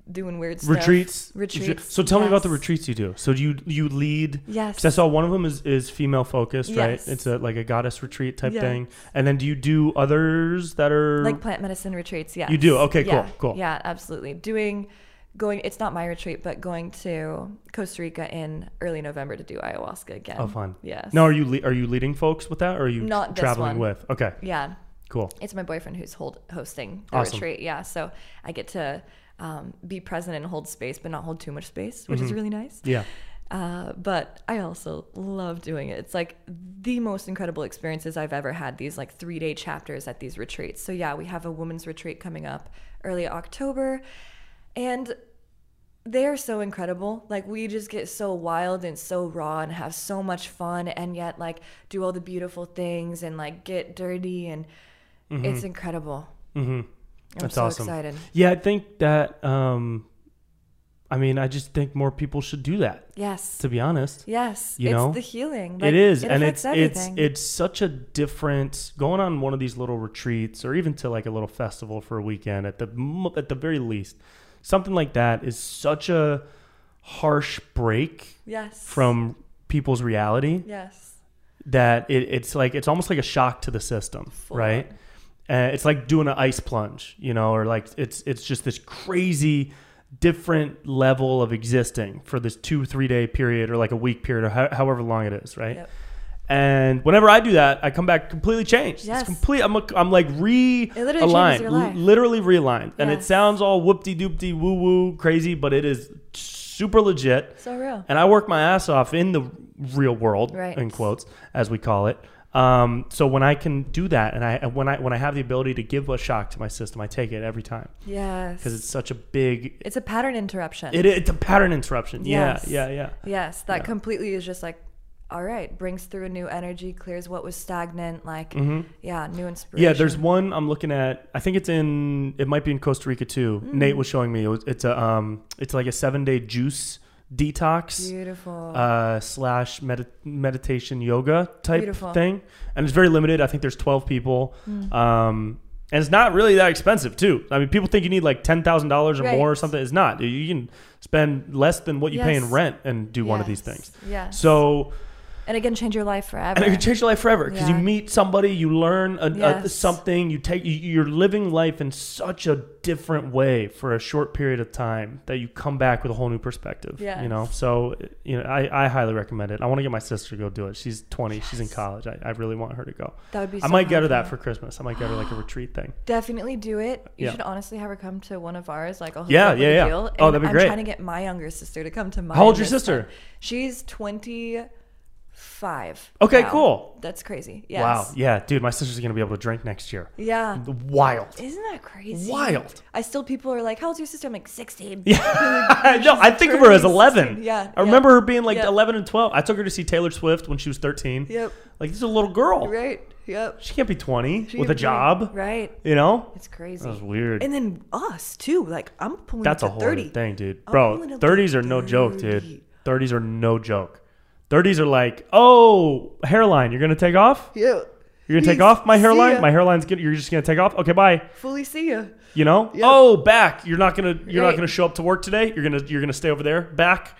S2: doing weird stuff.
S1: retreats.
S2: Retreats.
S1: So tell me about the
S2: yes.
S1: retreats you do. So do you you lead?
S2: Yes.
S1: Because I saw one of them is, is female focused,
S2: Yes.
S1: right? It's a like a goddess retreat type
S2: Yes.
S1: thing. And then do you do others that are
S2: like plant medicine retreats yeah
S1: You do? Okay, cool,
S2: yeah,
S1: cool.
S2: yeah absolutely doing going it's not my retreat but going to costa rica in early november to do ayahuasca again
S1: oh fun?
S2: yes
S1: Now are you le- are you leading folks with that, or are you
S2: Not this
S1: traveling
S2: one.
S1: with? Okay,
S2: yeah
S1: cool.
S2: it's my boyfriend who's hold, hosting the
S1: Awesome.
S2: retreat yeah so i get to um, be present and hold space but not hold too much space which is
S1: Mm-hmm.
S2: really nice
S1: Yeah.
S2: uh, but I also love doing it. It's like the most incredible experiences I've ever had. These like three day chapters at these retreats. So yeah, we have a women's retreat coming up early October, and they are so incredible. Like we just get so wild and so raw and have so much fun, and yet like do all the beautiful things and like get dirty and it's incredible. Mm-hmm. I'm
S1: That's
S2: so
S1: awesome.
S2: excited.
S1: Yeah, I think that. um I mean, I just think more people should do that.
S2: Yes.
S1: To be honest.
S2: Yes,
S1: You
S2: it's
S1: know,
S2: the healing.
S1: it
S2: Like,
S1: is and
S2: affects
S1: it's
S2: everything.
S1: it's it's such a different going on one of these little retreats or even to like a little festival for a weekend at the mo- at the very least something like that is such a harsh break
S2: yes
S1: from people's reality
S2: yes
S1: that it, it's like it's almost like a shock to the system
S2: Full
S1: right uh, it's like doing an ice plunge you know or like it's it's just this crazy different level of existing for this two three day period or like a week period or ho- however long it is right
S2: Yep.
S1: and whenever i do that i come back completely changed
S2: Yes.
S1: it's complete i'm, a, I'm like realigned
S2: It literally changes your
S1: l-
S2: life.
S1: literally realigned and it
S2: Yes.
S1: sounds all whoop-de-doop-de woo-woo crazy but it is super legit
S2: So real.
S1: and I work my ass off in the real world,
S2: Right.
S1: in quotes, as we call it. Um, so when I can do that, and I and when I when I have the ability to give a shock to my system, I take it every time
S2: Yes.
S1: because it's such a big.
S2: it's a pattern interruption.
S1: It, it's a pattern interruption.
S2: Yes.
S1: Yeah, yeah, yeah.
S2: yes, that completely is just like, all right, brings through a new energy, clears what was stagnant, like, yeah, new inspiration.
S1: Mm-hmm. Yeah, there's one I'm looking at. I think it's in. It might be in Costa Rica too.
S2: Mm.
S1: Nate was showing me. It was, it's a. Um, it's like a seven day juice detox.
S2: beautiful.
S1: uh, slash medi- meditation yoga type
S2: Beautiful.
S1: thing, and it's very limited. I think there's 12 people, um, and it's not really that expensive too. I mean, people think you need like ten thousand dollars or
S2: Right.
S1: more or something. It's not. You can spend less than what you pay in
S2: Yes.
S1: rent and do one of these things.
S2: Yeah.
S1: So
S2: Mm. and again, change your life forever.
S1: and it could change your life forever because
S2: Yeah.
S1: you meet somebody, you learn a, a,
S2: Yes.
S1: something, you take you- you're living life in such a different way for a short period of time that you come back with a whole new perspective.
S2: Yes.
S1: you know. So you know, I, I highly recommend it. I want to get my sister to go do it. She's 20, she's in college. I, I really want her to go.
S2: that would be.
S1: I
S2: so
S1: might get her that
S2: powerful.
S1: for Christmas. I might get her like a retreat thing.
S2: Definitely do it. You
S1: Yeah.
S2: should honestly have her come to one of ours. Like, I'll hook
S1: Yeah,
S2: you up with
S1: yeah,
S2: a
S1: yeah.
S2: deal.
S1: Oh,
S2: And
S1: that'd be
S2: I'm
S1: great.
S2: trying to get my younger sister to come to my.
S1: How old's your
S2: this
S1: sister?
S2: time. She's 25.
S1: Okay,
S2: now.
S1: cool.
S2: That's crazy. Yes.
S1: Wow. Yeah, dude, my sister's gonna be able to drink next year.
S2: Yeah.
S1: Wild.
S2: Isn't that crazy?
S1: Wild.
S2: I still people are like, "How old's your sister?" I'm like, "16."
S1: no, I think of her as
S2: turning
S1: 11.
S2: 16. Yeah,
S1: I
S2: yeah.
S1: remember her being like
S2: Yeah.
S1: 11 and 12. I took her to see Taylor Swift when she was 13.
S2: Yep.
S1: Like, this is a little girl.
S2: Right. Yep.
S1: She can't be 20
S2: She
S1: Oh. with
S2: can
S1: a
S2: be-
S1: job.
S2: Right.
S1: You know?
S2: It's crazy.
S1: That was weird.
S2: And then us too. Like I'm pulling.
S1: That's
S2: up
S1: a
S2: to
S1: whole
S2: 30.
S1: other thing, dude.
S2: I'm pulling
S1: Bro,
S2: up
S1: 30s
S2: to
S1: are no joke,
S2: 30.
S1: dude. 30s are no joke. 30s are like, oh, hairline, you're going to take off?
S2: Yeah.
S1: You're going to take
S2: Peace.
S1: off my
S2: See
S1: hairline?
S2: ya.
S1: My hairline's good. You're just going to take off? Okay, bye.
S2: Fully see you.
S1: You know? Oh, back. You're not going to you're not
S2: Right.
S1: going to show up to work today. You're going to you're going to stay over there. Back.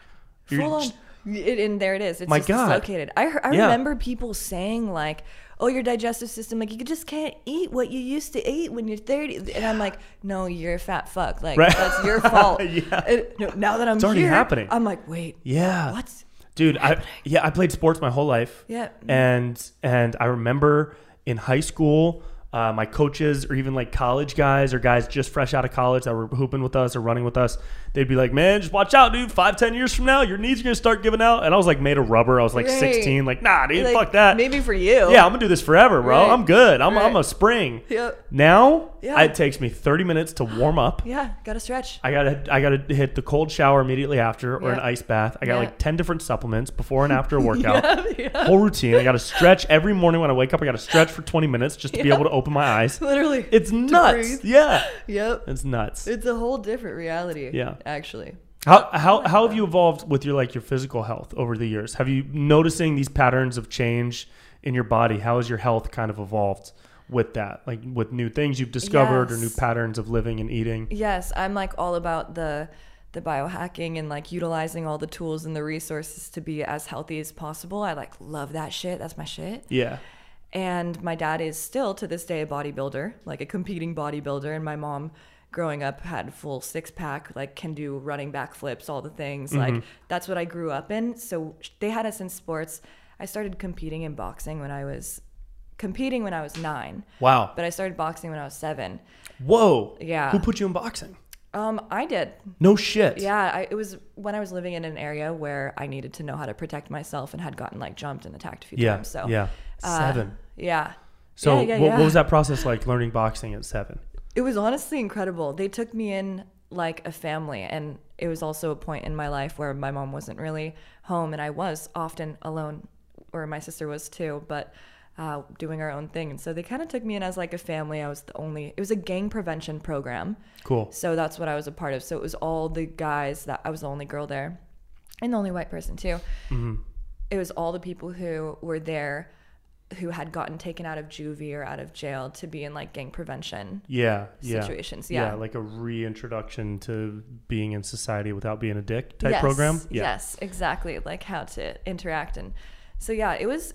S1: You're
S2: Full on.
S1: just-
S2: It, and there it is. It's
S1: My
S2: just
S1: God.
S2: dislocated. I, hear- I
S1: Yeah.
S2: remember people saying like, "Oh, your digestive system, like you just can't eat what you used to eat when you're 30." And I'm like, "No, you're a fat fuck. Like
S1: Right.
S2: that's your fault."
S1: Yeah.
S2: And, no, now that I'm
S1: already
S2: here,
S1: happening.
S2: I'm like, "Wait,
S1: Yeah.
S2: what?"
S1: dude i yeah i played sports my whole life
S2: Yep.
S1: and and i remember in high school uh, my coaches or even like college guys or guys just fresh out of college that were hooping with us or running with us they'd be like man just watch out dude five ten years from now your knees are gonna start giving out and i was like made of rubber i was like
S2: Right.
S1: 16 like nah dude
S2: Like,
S1: fuck that
S2: Maybe for you.
S1: yeah i'm gonna do this forever bro
S2: Right.
S1: i'm good i'm, I'm
S2: Right.
S1: a spring
S2: Yep.
S1: now
S2: Yeah.
S1: it takes me 30 minutes to warm up
S2: Yeah. Gotta stretch.
S1: I gotta I gotta hit the cold shower immediately after or an
S2: Yeah.
S1: ice bath. I got
S2: Yeah.
S1: like ten different supplements before and after a workout.
S2: yeah.
S1: Whole routine. I gotta stretch every morning when I wake up. I gotta stretch for twenty minutes just to be
S2: Yeah.
S1: able to open my eyes.
S2: Literally.
S1: It's nuts.
S2: breathe.
S1: Yeah.
S2: Yep.
S1: It's nuts.
S2: It's a whole different reality.
S1: Yeah.
S2: Actually.
S1: How how how have you evolved with your like your physical health over the years? Have you noticing these patterns of change in your body? How has your health kind of evolved with that? Like with new things you've discovered or new
S2: Yes.
S1: patterns of living and eating?
S2: Yes, I'm like all about the the biohacking and like utilizing all the tools and the resources to be as healthy as possible. I like love that shit. That's my shit.
S1: Yeah.
S2: And my dad is still to this day a bodybuilder, like a competing bodybuilder. And my mom, growing up, had full six pack, like can do running back flips, all the things.
S1: Mm-hmm.
S2: Like that's what I grew up in. So sh- they had us in sports. I started competing in boxing when I was competing when I was nine,
S1: Wow.
S2: but I started boxing when I was seven.
S1: Whoa.
S2: Yeah.
S1: Who put you in boxing?
S2: Um, I did.
S1: No shit.
S2: Yeah, I, it was when I was living in an area where I needed to know how to protect myself and had gotten like jumped and attacked a few
S1: Yeah.
S2: times. So
S1: yeah.
S2: uh,
S1: seven.
S2: Yeah.
S1: So
S2: yeah, yeah,
S1: what,
S2: yeah.
S1: what was that process like learning boxing at seven?
S2: It was honestly incredible. They took me in like a family, and it was also a point in my life where my mom wasn't really home, and I was often alone, or my sister was too, but uh, doing our own thing. And so they kind of took me in as like a family. I was the only. It was a gang prevention program.
S1: Cool.
S2: So that's what I was a part of. So it was all the guys that I was the only girl there and the only white person too. It was all the people who were there who had gotten taken out of juvie or out of jail to be in like gang prevention.
S1: Yeah. Yeah.
S2: Situations, yeah.
S1: Like a reintroduction to being in society without being a dick type
S2: yes,
S1: program.
S2: Yes, exactly. Like how to interact. And so, yeah, it was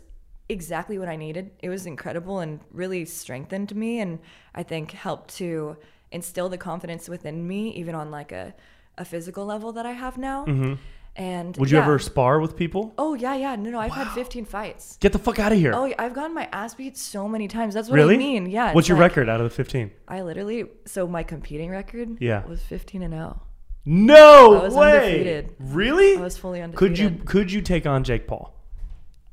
S2: exactly what I needed. It was incredible and really strengthened me and I think helped to instill the confidence within me, even on like a, a physical level that I have now. And
S1: Mm-hmm. Would you
S2: yeah.
S1: ever spar with people?
S2: Oh yeah, yeah. No, no. I've had 15 fights.
S1: Get the fuck out of here.
S2: Oh, yeah, I've gotten my ass beat so many times. That's what
S1: really?
S2: I mean. Yeah.
S1: What's
S2: it's
S1: your
S2: like,
S1: record out of the 15?
S2: I literally. So my competing record.
S1: Yeah.
S2: Was 15 and 0.
S1: No
S2: I was
S1: way.
S2: undefeated.
S1: Really?
S2: I was fully
S1: could
S2: undefeated.
S1: you could you take on Jake Paul?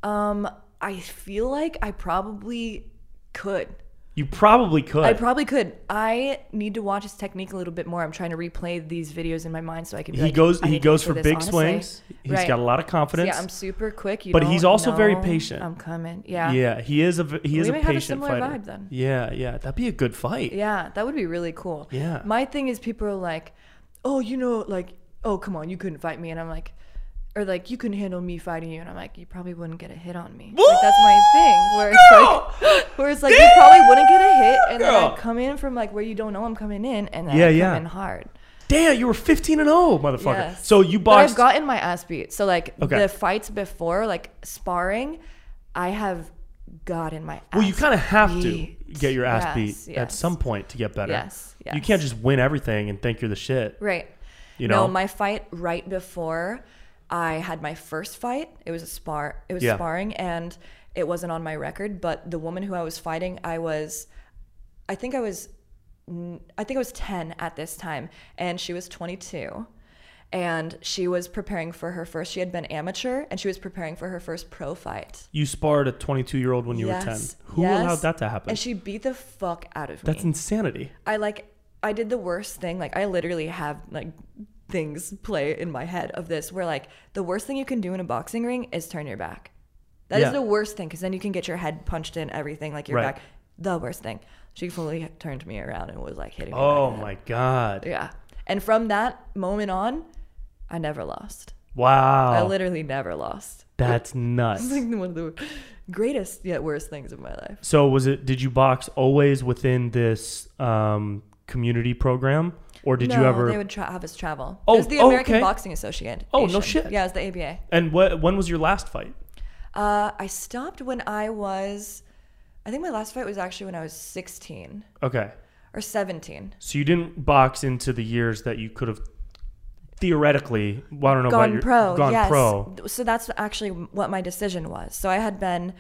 S2: you? Um, I feel like I probably could.
S1: You probably could.
S2: I probably could. I need to watch his technique a little bit more. I'm trying to replay these videos in my mind so I can. Be
S1: he
S2: like,
S1: goes
S2: I
S1: he
S2: need to
S1: goes
S2: go
S1: for
S2: this,
S1: big
S2: honestly.
S1: swings. He's
S2: Right.
S1: got a lot of
S2: So,
S1: confidence.
S2: yeah, I'm super quick. You
S1: But he's
S2: don't
S1: also very
S2: know
S1: patient.
S2: I'm coming. Yeah.
S1: yeah, he is a v- he is
S2: We
S1: a
S2: might
S1: patient
S2: have a similar
S1: fighter.
S2: vibe then.
S1: Yeah, yeah, that'd be a good fight.
S2: Yeah, that would be really cool.
S1: Yeah.
S2: My thing is people are like, "Oh, you know, like, oh, come on, you couldn't fight me." And I'm like, or like, "You couldn't handle me fighting you." And I'm like, "You probably wouldn't get a hit on me." Like, that's my thing. Where it's like where it's like you probably wouldn't get a hit and then
S1: Girl.
S2: I come in from like where you don't know I'm coming in and then
S1: Yeah,
S2: I come
S1: yeah.
S2: in hard.
S1: Damn, you were 15 and 0, motherfucker.
S2: Yes.
S1: So you
S2: But I've
S1: boxed.
S2: gotten my ass beat. So like
S1: Okay.
S2: the fights before, like sparring, I have gotten my ass
S1: well, you kind of have to
S2: beat.
S1: get your ass
S2: Yes,
S1: beat at
S2: yes.
S1: some point to get better.
S2: Yes,
S1: You
S2: yes.
S1: can't just win everything and think you're the shit.
S2: Right.
S1: You know?
S2: No, my fight right before I had my first fight, it was a spar. It was
S1: Yeah.
S2: sparring, and it wasn't on my record. But the woman who I was fighting, I was, I think I was, n- I think I was ten at this time, and she was twenty-two. And she was preparing for her first. She had been amateur, and she was preparing for her first pro fight.
S1: You sparred a 22 year old when you were 10. Who
S2: yes.
S1: allowed that to happen?
S2: And she beat the fuck out of me.
S1: That's insanity.
S2: I like I did the worst thing. Like I literally have like things play in my head of this where like the worst thing you can do in a boxing ring is turn your back. That is
S1: Yeah.
S2: the worst thing because then you can get your head punched in everything like your
S1: Right.
S2: back. The worst thing. She fully turned me around and was like hitting me.
S1: Oh
S2: back in the-
S1: my god!
S2: Yeah. And from that moment on, I never lost. I
S1: Wow,
S2: literally never lost.
S1: that's nuts.
S2: Like one of the greatest yet worst things of my life.
S1: So was it? Did you box always within this um, community program, or did
S2: no,
S1: you ever?
S2: They would tra- have us travel.
S1: Oh,
S2: it was the American
S1: okay.
S2: Boxing Association.
S1: Oh, no shit.
S2: Yeah, it was the ABA.
S1: and what? When was your last fight?
S2: Uh, I stopped when I was, I think my last fight was actually when I was 16
S1: Okay,
S2: or 17.
S1: so you didn't box into the years that you could have theoretically, well, I don't know about
S2: gone
S1: your,
S2: pro.
S1: gone
S2: yes.
S1: pro.
S2: So that's actually what my decision was. So I had been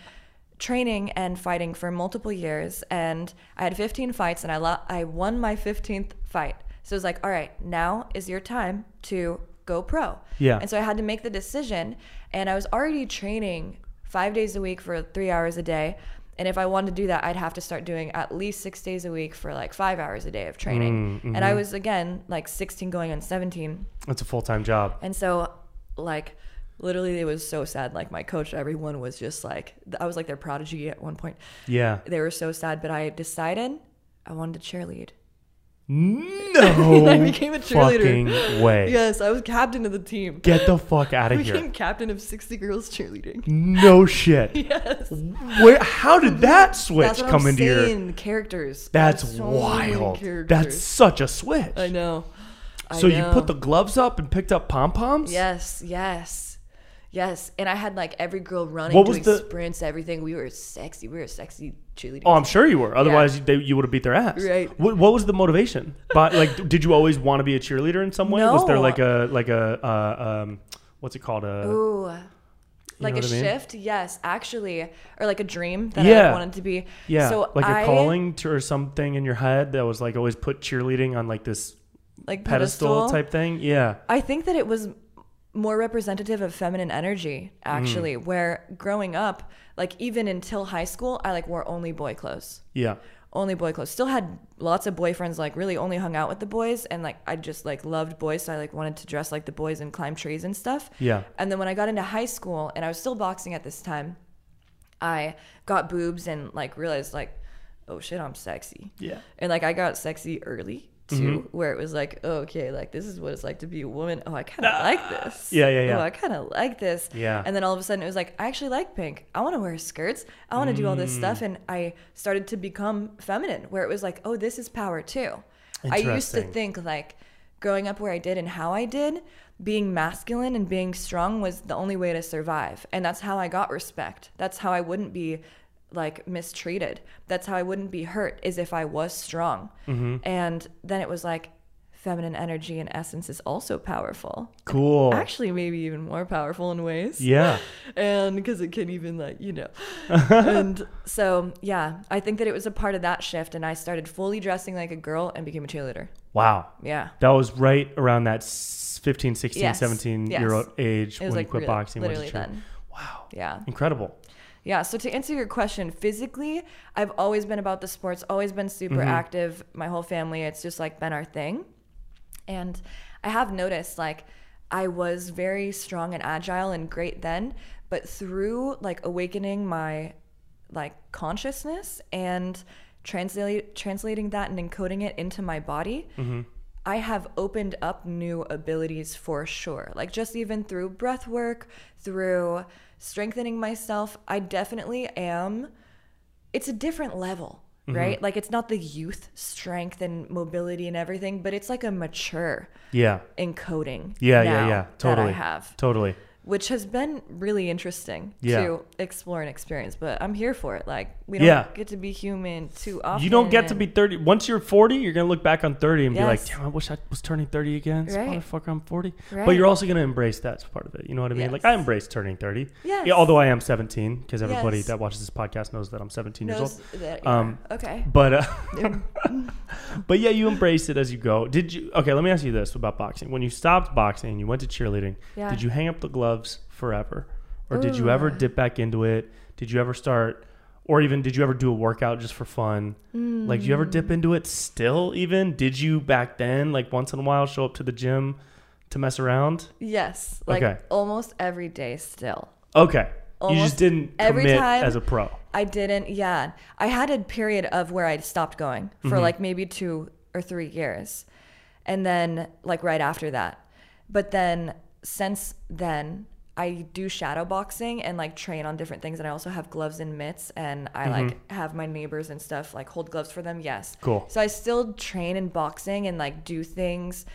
S2: training and fighting for multiple years, and I had 15 fights, and I lo- I won my 15th fight. So it was like, all right, now is your time to go pro.
S1: Yeah.
S2: And so I had to make the decision, and I was already training five days a week for three hours a day. And if I wanted to do that, I'd have to start doing at least six days a week for like five hours a day of training.
S1: Mm,
S2: And
S1: mm-hmm.
S2: I was, again, like 16 going on 17.
S1: It's a full time job.
S2: And so, like, literally, it was so sad. Like, my coach, everyone was just like, I was like their prodigy at one point.
S1: Yeah.
S2: They were so sad, but I decided I wanted to cheerlead.
S1: No.
S2: I became a cheerleader.
S1: Fucking way.
S2: Yes, I was captain of the team.
S1: Get the fuck out
S2: I
S1: of
S2: became
S1: here.
S2: captain of 60 girls cheerleading.
S1: No shit.
S2: Yes.
S1: Where? How did that switch
S2: That's what
S1: come
S2: I'm
S1: into your?
S2: saying. Characters.
S1: That's
S2: There's so many
S1: wild. That's
S2: characters.
S1: such a switch.
S2: I know. I
S1: So you
S2: know.
S1: put the gloves up and picked up pom poms.
S2: Yes, yes, yes. And I had like every girl running,
S1: What was
S2: doing
S1: the-
S2: sprints, everything. We were sexy. We were sexy cheerleaders.
S1: Oh, I'm sure you were. Otherwise, they, you would have beat their ass.
S2: Right.
S1: What, what was the motivation? But like, did you always want to be a cheerleader in some way? Was there
S2: No.
S1: like a like a uh, um, what's it called? A
S2: Ooh. Like
S1: know
S2: a
S1: what I mean?
S2: shift, yes, actually, or like a dream that I
S1: Yeah.
S2: like, wanted to be.
S1: yeah,
S2: so
S1: like
S2: I,
S1: a calling to, or something in your head that was like always put cheerleading on like this
S2: like
S1: pedestal, type thing. Yeah.
S2: I think that it was more representative of feminine energy, actually,
S1: Mm.
S2: where growing up, like even until high school, I like wore only boy clothes,
S1: Yeah.
S2: only boy clothes. Still had lots of boyfriends, like really only hung out with the boys, and like I just like loved boys, so I like wanted to dress like the boys and climb trees and stuff.
S1: Yeah.
S2: And then when I got into high school and I was still boxing at this time, I got boobs and like realized like, oh shit, I'm sexy.
S1: Yeah. Mm-hmm.
S2: And like I got sexy early too, where it was like, oh, okay, like this is what it's like to be a woman. Oh, I kind of like this.
S1: Ah. Yeah, yeah, yeah.
S2: Oh, I kind of like this.
S1: Yeah.
S2: And then all of a sudden it was like, I actually like pink. I want to wear skirts. I want to do all this
S1: Mm.
S2: stuff. And I started to become feminine, where it was like, oh, this is power too. I used to
S1: Interesting.
S2: think like growing up where I did and how I did, being masculine and being strong was the only way to survive. And that's how I got respect. That's how I wouldn't be like mistreated. That's how I wouldn't be hurt is if I was strong. And then it was like feminine energy and essence is also powerful.
S1: Cool.
S2: Actually, maybe even more powerful in ways
S1: yeah.
S2: and because it can even like you know and so yeah i think that it was a part of that shift and i started fully dressing like a girl and became a cheerleader
S1: Wow.
S2: yeah
S1: That was right around that s- 15, 16,
S2: Yes.
S1: 17
S2: Yes.
S1: year old age
S2: it
S1: when
S2: was
S1: you
S2: like
S1: quit
S2: real-
S1: boxing. went to
S2: literally
S1: cheer-
S2: then
S1: Wow.
S2: yeah
S1: Incredible.
S2: yeah so to answer your question physically i've always been about the sports always been super active my whole family it's just like been our thing and i have noticed like i was very strong and agile and great then but through like awakening my like consciousness and translate, translating that and encoding it into my body i have opened up new abilities for sure like just even through breath work through strengthening myself i definitely am it's a different level right like it's not the youth strength and mobility and everything but it's like a mature
S1: Yeah.
S2: encoding
S1: Yeah.
S2: now
S1: yeah. Yeah. Totally.
S2: that i have
S1: Totally.
S2: which has been really interesting
S1: Yeah.
S2: to explore and experience. But I'm here for it. Like we don't
S1: Yeah.
S2: get to be human too often.
S1: You don't get to
S2: and-
S1: be 30. Once you're 40, you're going to look back on 30 and be like,
S2: Yes.
S1: damn, I wish I was turning 30 again. This
S2: Right.
S1: Motherfucker, I'm 40. But
S2: Right.
S1: you're also going to embrace that's part of it. You know what I mean? Like, I
S2: Yes.
S1: embrace turning 30.
S2: Yes.
S1: Yeah, although I am 17, because everybody
S2: Yes.
S1: that watches this podcast knows that I'm 17 years
S2: knows
S1: old.
S2: that you
S1: Um,
S2: are. okay.
S1: But, uh, but yeah, you embrace it as you go. Did you? Okay, let me ask you this about boxing. When you stopped boxing and you went to cheerleading,
S2: Yeah.
S1: did you hang up the gloves forever, or did you ever dip back into it? Did you ever start, or even did you ever do a workout just for fun? Like, do you ever
S2: Mm.
S1: dip into it still? Even did you back then, like once in a while, show up to the gym to mess around?
S2: Yes. Like
S1: Okay.
S2: almost every day still.
S1: Okay, you
S2: Almost
S1: just didn't
S2: every
S1: commit
S2: time-
S1: as a pro.
S2: I didn't. Yeah, I had a period of where I stopped going for
S1: Mm-hmm.
S2: like maybe two or three years, and then like right after that. But then since then, I do shadow boxing and like train on different things, and I also have gloves and mitts, and
S1: Mm-hmm.
S2: I like have my neighbors and stuff like hold gloves for them. Yes.
S1: Cool.
S2: So I still train in boxing and like do things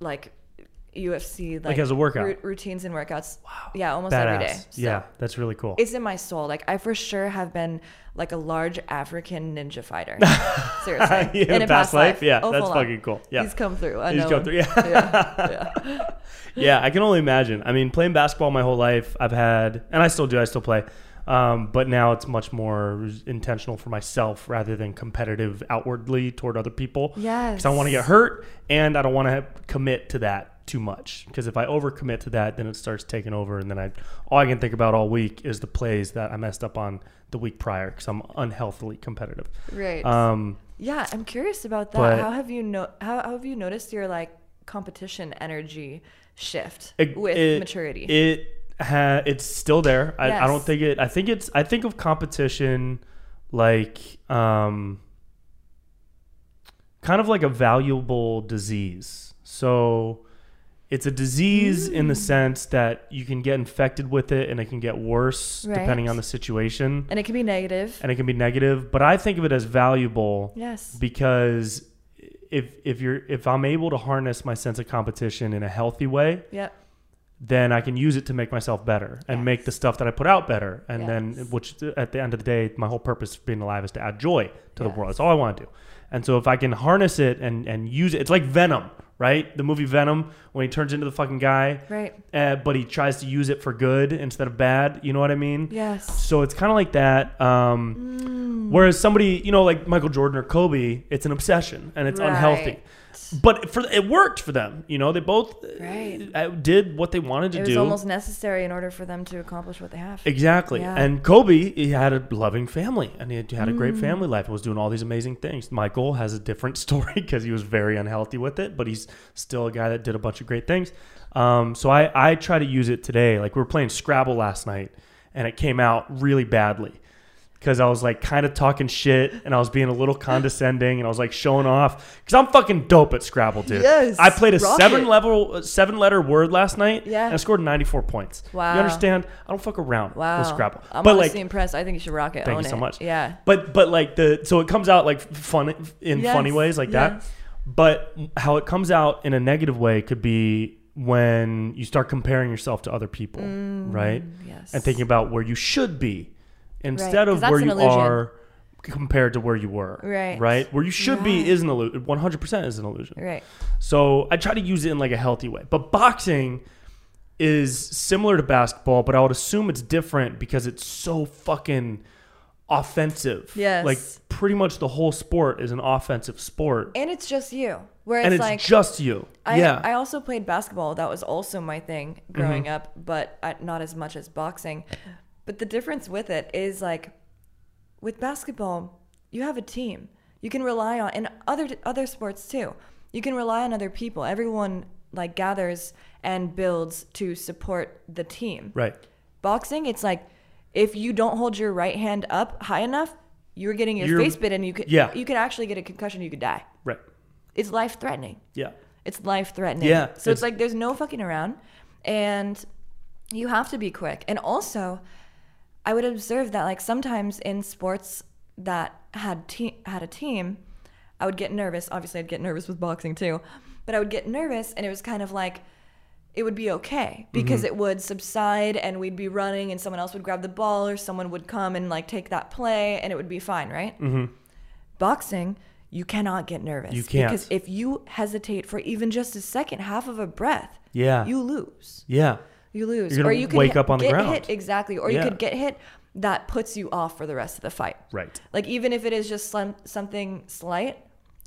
S2: like UFC like,
S1: as a workout?
S2: ru- routines and workouts. Wow. Yeah, almost every day.
S1: Badass.
S2: So
S1: Yeah, that's really cool.
S2: It's in my soul. Like I for sure have been like a large African ninja fighter. Seriously.
S1: Yeah,
S2: in a past life.
S1: Yeah,
S2: Oh,
S1: that's
S2: full on.
S1: fucking cool. Yeah.
S2: He's come through. I
S1: He's
S2: know
S1: come
S2: him.
S1: through, yeah.
S2: yeah. yeah.
S1: yeah, I can only imagine. I mean, playing basketball my whole life, I've had, and I still do. I still play, um, but now it's much more intentional for myself rather than competitive outwardly toward other people. because I don't want to
S2: Yes.
S1: get hurt, and I don't want to commit to that too much. Because if I overcommit to that, then it starts taking over, and then I all I can think about all week is the plays that I messed up on the week prior because I'm unhealthily competitive.
S2: Right.
S1: Um,
S2: yeah, I'm curious about that.
S1: but-
S2: how have you no how, how have you noticed your like competition energy shift
S1: It-
S2: with
S1: it-
S2: maturity?
S1: It ha- it's still there. I, I don't
S2: Yes.
S1: think it. I think it's. I think of competition like um, kind of like a valuable disease. So it's a disease in the
S2: Mm.
S1: sense that you can get infected with it, and it can get worse depending
S2: Right.
S1: on the situation,
S2: and it can be negative.
S1: and it can be negative. But I think of it as valuable
S2: Yes.
S1: because if if you're if I'm able to harness my sense of competition in a healthy way
S2: Yep.
S1: then I can use it to make myself better and make the stuff that I put out better. And then,
S2: Yes.
S1: which at the end of the day, my whole purpose of being alive is to add joy to the
S2: Yes.
S1: world. That's all I want to do. And so, if I can harness it and and use it, it's like Venom, right? The movie Venom when he turns into the fucking guy,
S2: Right.
S1: uh, but he tries to use it for good instead of bad. You know what I mean?
S2: Yes. Mm.
S1: So it's kind of like that. Um, Whereas somebody, you know, like Michael Jordan or Kobe, it's an obsession and it's unhealthy.
S2: Right.
S1: But for it worked for them. You know, they both uh,
S2: Right.
S1: uh, did what they wanted to
S2: It was
S1: do.
S2: almost necessary in order for them to accomplish what they have.
S1: Exactly.
S2: Yeah.
S1: And Kobe, he had a loving family and he had had a great
S2: Mm-hmm.
S1: family life and was doing all these amazing things. Michael has a different story because he was very unhealthy with it, but he's still a guy that did a bunch of great things. Um, so I, I try to use it today. Like we were playing Scrabble last night and it came out really badly because I was like kind of talking shit and I was being a little condescending and I was like showing off because I'm fucking dope at Scrabble, dude.
S2: Yes,
S1: I played a
S2: rock it.
S1: seven level, uh, seven letter word last night
S2: Yeah.
S1: and I scored 94 points.
S2: Wow.
S1: You understand? I don't fuck around
S2: Wow.
S1: with Scrabble.
S2: I'm
S1: but
S2: honestly
S1: like,
S2: impressed. I think you should rock it.
S1: thank
S2: own
S1: you so
S2: it.
S1: much.
S2: Yeah.
S1: But but like the so it comes out like fun in
S2: Yes,
S1: funny ways like that.
S2: yes.
S1: But how it comes out in a negative way could be when you start comparing yourself to other people,
S2: Mm.
S1: right?
S2: Yes.
S1: Mm. And thinking about where you should be instead
S2: 'cause
S1: of
S2: that's
S1: where
S2: an
S1: you
S2: illusion.
S1: are compared to where you were.
S2: Right.
S1: Right? Where you should
S2: Right.
S1: be is an illusion. 100% is an illusion.
S2: Right.
S1: So I try to use it in like a healthy way. But boxing is similar to basketball, but I would assume it's different because it's so fucking offensive.
S2: Yes.
S1: Like pretty much the whole sport is an offensive sport.
S2: And it's just you. Where it's,
S1: and it's
S2: like
S1: just you.
S2: I,
S1: yeah. Mm-hmm.
S2: I also played basketball. That was also my thing growing up, but I, not as much as boxing. But the difference with it is like with basketball, you have a team. You can rely on and other other sports too. You can rely on other people. Everyone like gathers and builds to support the team.
S1: right.
S2: Boxing, it's like if you don't hold your right hand up high enough, you're getting your
S1: You're-
S2: face bit and you could
S1: yeah.
S2: you could actually get a concussion, you could die.
S1: Right.
S2: It's life threatening.
S1: Yeah.
S2: It's life threatening.
S1: Yeah,
S2: So it's,
S1: it's-
S2: like there's no fucking around and you have to be quick. And also I would observe that like sometimes in sports that had te- had a team, I would get nervous. Obviously I'd get nervous with boxing too. But I would get nervous and it was kind of like it would be okay
S1: Mm-hmm.
S2: because it would subside and we'd be running and someone else would grab the ball or someone would come and like take that play and it would be fine, right? boxing, you cannot get nervous.
S1: Mm-hmm. You can't.
S2: Because if you hesitate for even just a second, half of a breath,
S1: Yeah.
S2: you lose.
S1: yeah.
S2: You lose.
S1: You're gonna
S2: or you could
S1: wake
S2: hit-
S1: up on the
S2: get
S1: ground.
S2: Hit, exactly. Or
S1: Yeah.
S2: you could get hit that puts you off for the rest of the fight.
S1: Right.
S2: Like even if it is just some, something slight,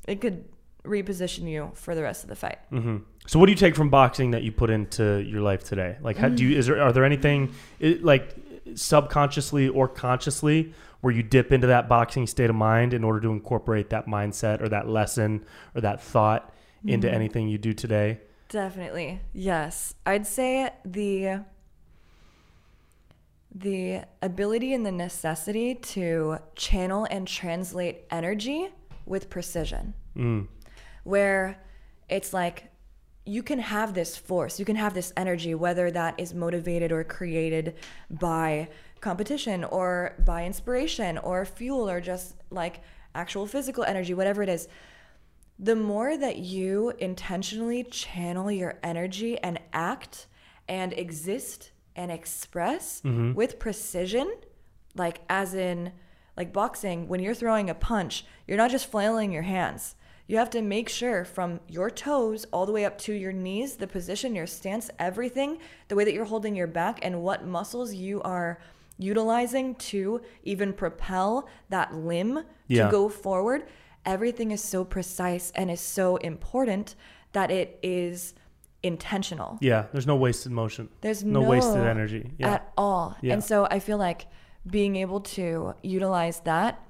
S2: it could reposition you for the rest of the fight.
S1: Mm-hmm. So what do you take from boxing that you put into your life today? Like how, do you is there are there anything i- like subconsciously or consciously where you dip into that boxing state of mind in order to incorporate that mindset or that lesson or that thought into
S2: Mm-hmm.
S1: anything you do today?
S2: Definitely. Yes. I'd say the the ability and the necessity to channel and translate energy with precision. Where it's like you can have this force, you can have this energy, whether that is motivated or created by competition or by inspiration or fuel or just like actual physical energy, whatever it is the more that you intentionally channel your energy and act and exist and express with precision, like as in like boxing, when you're throwing a punch, you're not just flailing your hands. You have to make sure from your toes all the way up to your knees, the position, your stance, everything, the way that you're holding your back, and what muscles you are utilizing to even propel that limb
S1: Yeah.
S2: to go forward, everything is so precise and is so important that it is intentional.
S1: Yeah, there's no wasted motion.
S2: There's
S1: no,
S2: no,
S1: wasted energy. Yeah.
S2: at all.
S1: Yeah.
S2: And so I feel like being able to utilize that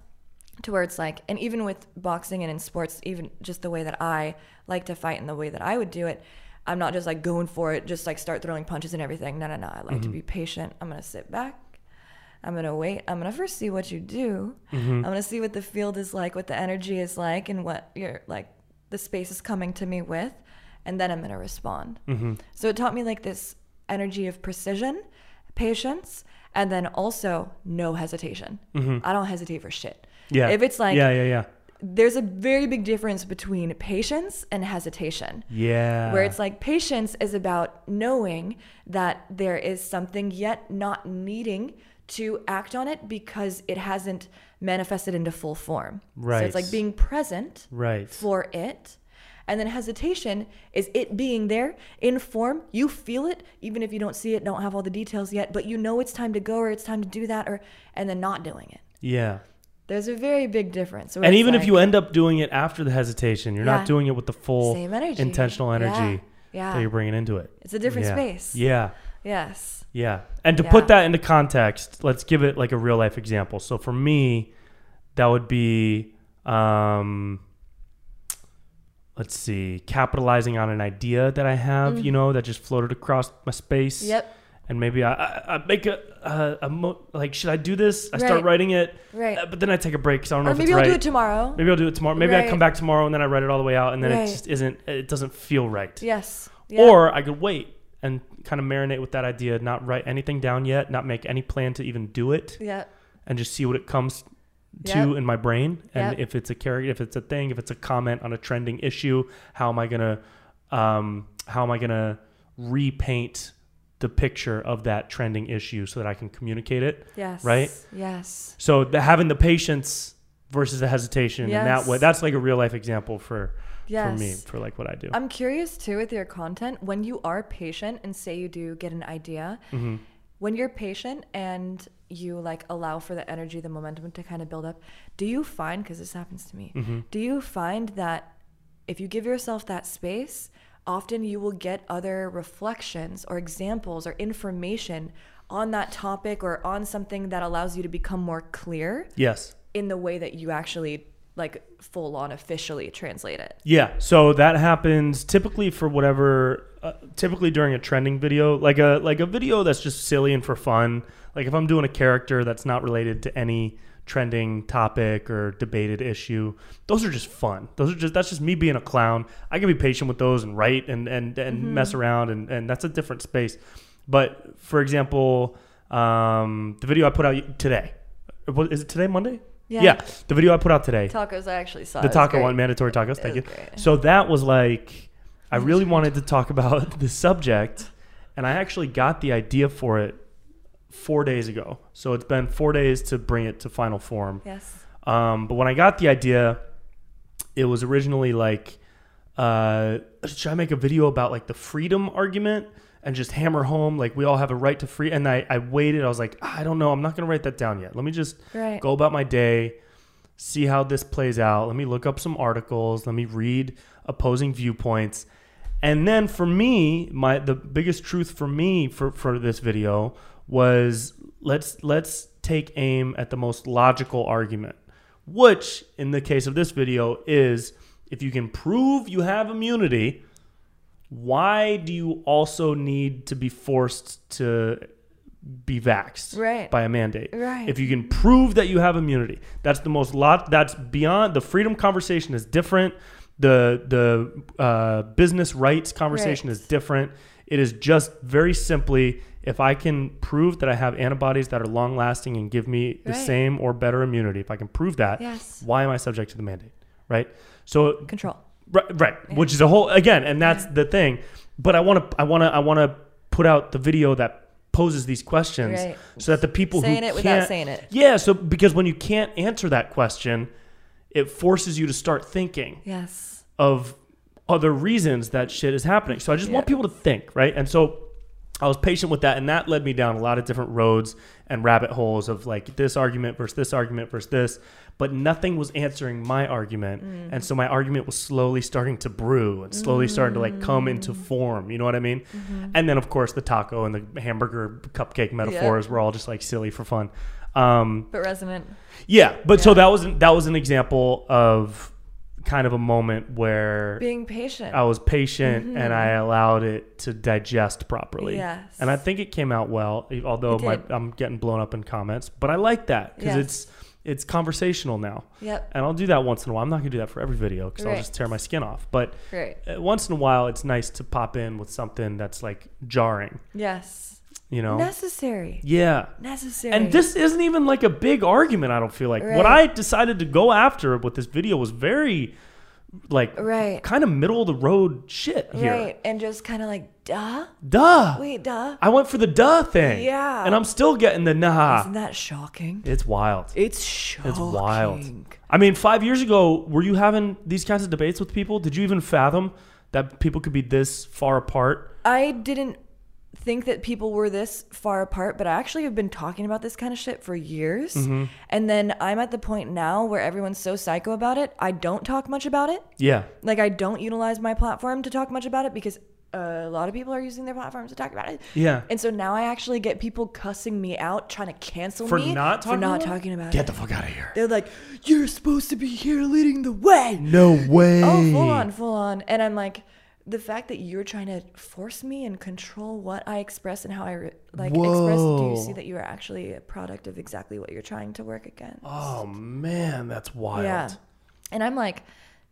S2: to where it's like, and even with boxing and in sports, even just the way that I like to fight and the way that I would do it, I'm not just like going for it, just like start throwing punches and everything. No, no, no. I like to be
S1: Mm-hmm.
S2: patient. I'm going to sit back. I'm gonna wait. I'm gonna first see what you do.
S1: Mm-hmm.
S2: I'm gonna see what the field is like, what the energy is like, and what your like the space is coming to me with, and then I'm gonna respond.
S1: Mm-hmm.
S2: So it taught me like this energy of precision, patience, and then also no hesitation. I don't hesitate for shit.
S1: Mm-hmm. yeah.
S2: If it's like
S1: Yeah, yeah, yeah.
S2: there's a very big difference between patience and hesitation
S1: Yeah.
S2: where it's like patience is about knowing that there is something yet not needing to act on it because it hasn't manifested into full form. So
S1: Right.
S2: it's like being present
S1: Right.
S2: for it. And then hesitation is it being there in form. You feel it, even if you don't see it, don't have all the details yet, but you know it's time to go or it's time to do that or and then not doing it.
S1: yeah.
S2: There's a very big difference. where
S1: And
S2: it's
S1: even if
S2: like-
S1: you end up doing it after the hesitation, you're
S2: Yeah.
S1: not doing it with the full
S2: Same energy.
S1: intentional energy
S2: Yeah.
S1: that
S2: Yeah.
S1: you're bringing into it.
S2: It's a different
S1: yeah.
S2: space.
S1: Yeah.
S2: Yes.
S1: Yeah. And to
S2: Yeah.
S1: put that into context, let's give it like a real life example. So for me, that would be um let's see, capitalizing on an idea that I have, you know, that just floated across my space.
S2: Mm-hmm. Yep.
S1: And maybe I, I, I make a, a, a mo- like, should I do this? I start
S2: Right.
S1: writing it,
S2: Right.
S1: uh, but then I take a break because I don't know
S2: Or
S1: if
S2: maybe
S1: it's
S2: I'll
S1: right.
S2: do it tomorrow.
S1: maybe I'll do it tomorrow. Maybe I
S2: Right.
S1: come back tomorrow and then I write it all the way out, and then it
S2: Right.
S1: just isn't. It doesn't feel right.
S2: Yes. Yeah.
S1: Or I could wait and kind of marinate with that idea, not write anything down yet, not make any plan to even do it,
S2: yeah.
S1: and just see what it comes to
S2: Yep.
S1: in my brain. And
S2: Yep.
S1: if it's a character, if it's a thing, if it's a comment on a trending issue, how am I gonna, um, how am I gonna repaint the picture of that trending issue so that I can communicate it?
S2: Yes.
S1: Right?
S2: Yes.
S1: So the, having the patience versus the hesitation in that
S2: Yes.
S1: way, that's like a real life example for for
S2: Yes. Um,
S1: me for like what I do.
S2: I'm curious too with your content when you are patient and say you do get an idea.
S1: Mm-hmm.
S2: When you're patient and you like allow for the energy, the momentum to kind of build up, do you find because this happens to me?
S1: Mm-hmm.
S2: Do you find that if you give yourself that space, often you will get other reflections or examples or information on that topic or on something that allows you to become more clear
S1: yes.
S2: in the way that you actually like full on officially translate it.
S1: Yeah. So that happens typically for whatever, uh, typically during a trending video, like a like a video that's just silly and for fun. Like if I'm doing a character that's not related to any trending topic or debated issue, those are just fun. Those are just that's just me being a clown. I can be patient with those and write and and and mess around and and that's a different space. But for example, um, the video I put out today, uh, What- is it today Monday?
S2: Yeah.
S1: yeah. The video I put out today
S2: Tacos, I actually saw
S1: the
S2: it was
S1: taco
S2: great.
S1: one, mandatory tacos. Thank you.
S2: was great.
S1: So that was like, I really wanted to talk about the subject, and I actually got the idea for it four days ago. So it's been four days to bring it to final form.
S2: Yes.
S1: Um, but when I got the idea, it was originally like, uh, should I make a video about like the freedom argument and just hammer home like we all have a right to free? And I, I waited. I was like, "Ah, I don't know. I'm not gonna write that down yet. Let me just
S2: Right.
S1: go about my day, see how this plays out. Let me look up some articles. Let me read opposing viewpoints. And then for me, my the biggest truth for me for, for this video was let's let's take aim at the most logical argument, which in the case of this video is if you can prove you have immunity, why do you also need to be forced to be vaxxed
S2: Right.
S1: by a mandate?
S2: Right.
S1: If you can prove that you have immunity, that's the most lot. That's beyond the freedom conversation is different. The the uh, business rights conversation
S2: Right.
S1: is different. It is just very simply if I can prove that I have antibodies that are long lasting and give me the
S2: Right.
S1: same or better immunity. If I can prove that,
S2: Yes.
S1: why am I subject to the mandate? Right. So
S2: Control.
S1: Right, right. Which is a whole again, and that's the thing. But I want to, I want to, I want to put out the video that poses these questions,
S2: Right.
S1: so that the people
S2: Saying
S1: who
S2: it without
S1: can't-
S2: saying it.
S1: Yeah. So because when you can't answer that question, it forces you to start thinking
S2: Yes.
S1: of other reasons that shit is happening. So I just want
S2: Yeah.
S1: people to think, right? And so I was patient with that, and that led me down a lot of different roads and rabbit holes of like this argument versus this argument versus this, but nothing was answering my argument. And so my argument was slowly starting to brew and slowly starting to like come into form. You know what I mean? And then, of course, the taco and the hamburger cupcake metaphors were all just like silly for fun. Um,
S2: But resonant.
S1: yeah, but so that was that was an example of kind of a moment where
S2: Being patient.
S1: I was patient and I allowed it to digest properly.
S2: Mm-hmm. Yes.
S1: And I think it came out well, e- although
S2: It
S1: my,
S2: did.
S1: I'm getting blown up in comments, but I like that cuz
S2: Yes.
S1: it's it's conversational now.
S2: Yep.
S1: And I'll do that once in a while. I'm not going to do that for every video cuz I'll
S2: Right.
S1: just tear my skin off, but
S2: Great.
S1: uh, once in a while it's nice to pop in with something that's like jarring,
S2: Yes.
S1: you know.
S2: Necessary.
S1: yeah.
S2: Necessary.
S1: And this isn't even like a big argument, I don't feel like. What I
S2: Right.
S1: decided to go after with this video was very like
S2: Right.
S1: kind of middle of the road shit here.
S2: Right. And just kind of like, duh.
S1: Duh.
S2: Wait, duh.
S1: I went for the duh thing.
S2: Yeah.
S1: And I'm still getting the nah.
S2: Isn't that shocking?
S1: Ah. It's wild.
S2: It's shocking.
S1: It's wild. I mean, five years ago, were you having these kinds of debates with people? Did you even fathom that people could be this far apart?
S2: I didn't think that people were this far apart, but I actually have been talking about this kind of shit for years.
S1: Mm-hmm.
S2: And then I'm at the point now where everyone's so psycho about it, I don't talk much about it.
S1: Yeah.
S2: Like, I don't utilize my platform to talk much about it because a lot of people are using their platforms to talk about it.
S1: Yeah.
S2: And so now I actually get people cussing me out, trying to cancel
S1: For
S2: me
S1: not
S2: for
S1: talking
S2: not
S1: about it?
S2: talking about
S1: Get
S2: it.
S1: the fuck out of here.
S2: They're like, you're supposed to be here leading the way.
S1: No way.
S2: Oh, full on, full on. And I'm like, the fact that you're trying to force me and control what I express and how I re- like express. Do you
S1: Whoa.
S2: see that you are actually a product of exactly what you're trying to work against?
S1: Oh, man, that's wild.
S2: yeah. And I'm like,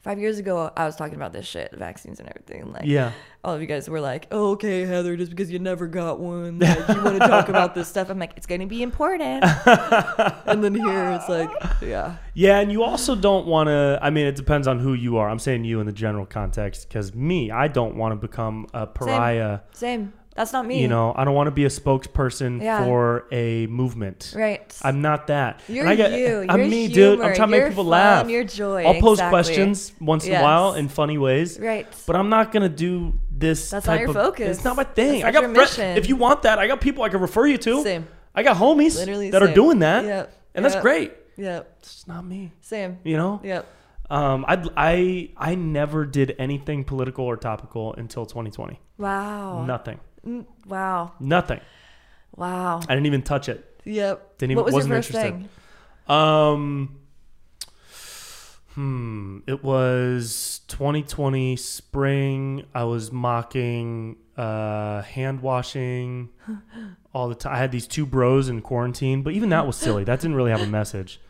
S2: five years ago, I was talking about this shit, vaccines and everything. Like,
S1: Yeah.
S2: all of you guys were like, oh, okay, Heather, just because you never got one, like, you want to talk about this stuff. I'm like, it's going to be important. and then here it's like, yeah.
S1: Yeah, and you also don't want to. I mean, it depends on who you are. I'm saying you in the general context because me, I don't want to become a pariah.
S2: Same. That's not me.
S1: You know, I don't want to be a spokesperson
S2: Yeah.
S1: for a movement.
S2: Right.
S1: I'm not that. And
S2: You're
S1: I get-
S2: you.
S1: I'm
S2: You're
S1: me, dude.
S2: humor.
S1: I'm trying to make
S2: You're
S1: people
S2: fun.
S1: laugh.
S2: You're joy.
S1: I'll pose
S2: Exactly.
S1: questions once in a
S2: Yes.
S1: while in funny ways.
S2: Right.
S1: But I'm not gonna do this.
S2: That's not
S1: type
S2: your
S1: of,
S2: focus.
S1: It's not my thing.
S2: That's
S1: I
S2: not
S1: got
S2: your
S1: friends-
S2: mission.
S1: If you want that, I got people I can refer you to.
S2: Same.
S1: I got homies
S2: Literally
S1: that are
S2: same.
S1: doing that.
S2: Yep.
S1: And that's
S2: Yep.
S1: great.
S2: Yep.
S1: It's not me.
S2: Same.
S1: You know.
S2: Yep.
S1: Um, I I I never did anything political or topical until 2020.
S2: Wow.
S1: Nothing,
S2: Mm, Wow.
S1: nothing.
S2: Wow.
S1: I didn't even touch it.
S2: Yep.
S1: Didn't even-
S2: what was
S1: wasn't
S2: your first
S1: interested.
S2: thing?
S1: Um, hmm. It was 2020 spring. I was mocking uh, hand washing all the time. I had these two bros in quarantine, but even that was silly. That didn't really have a message.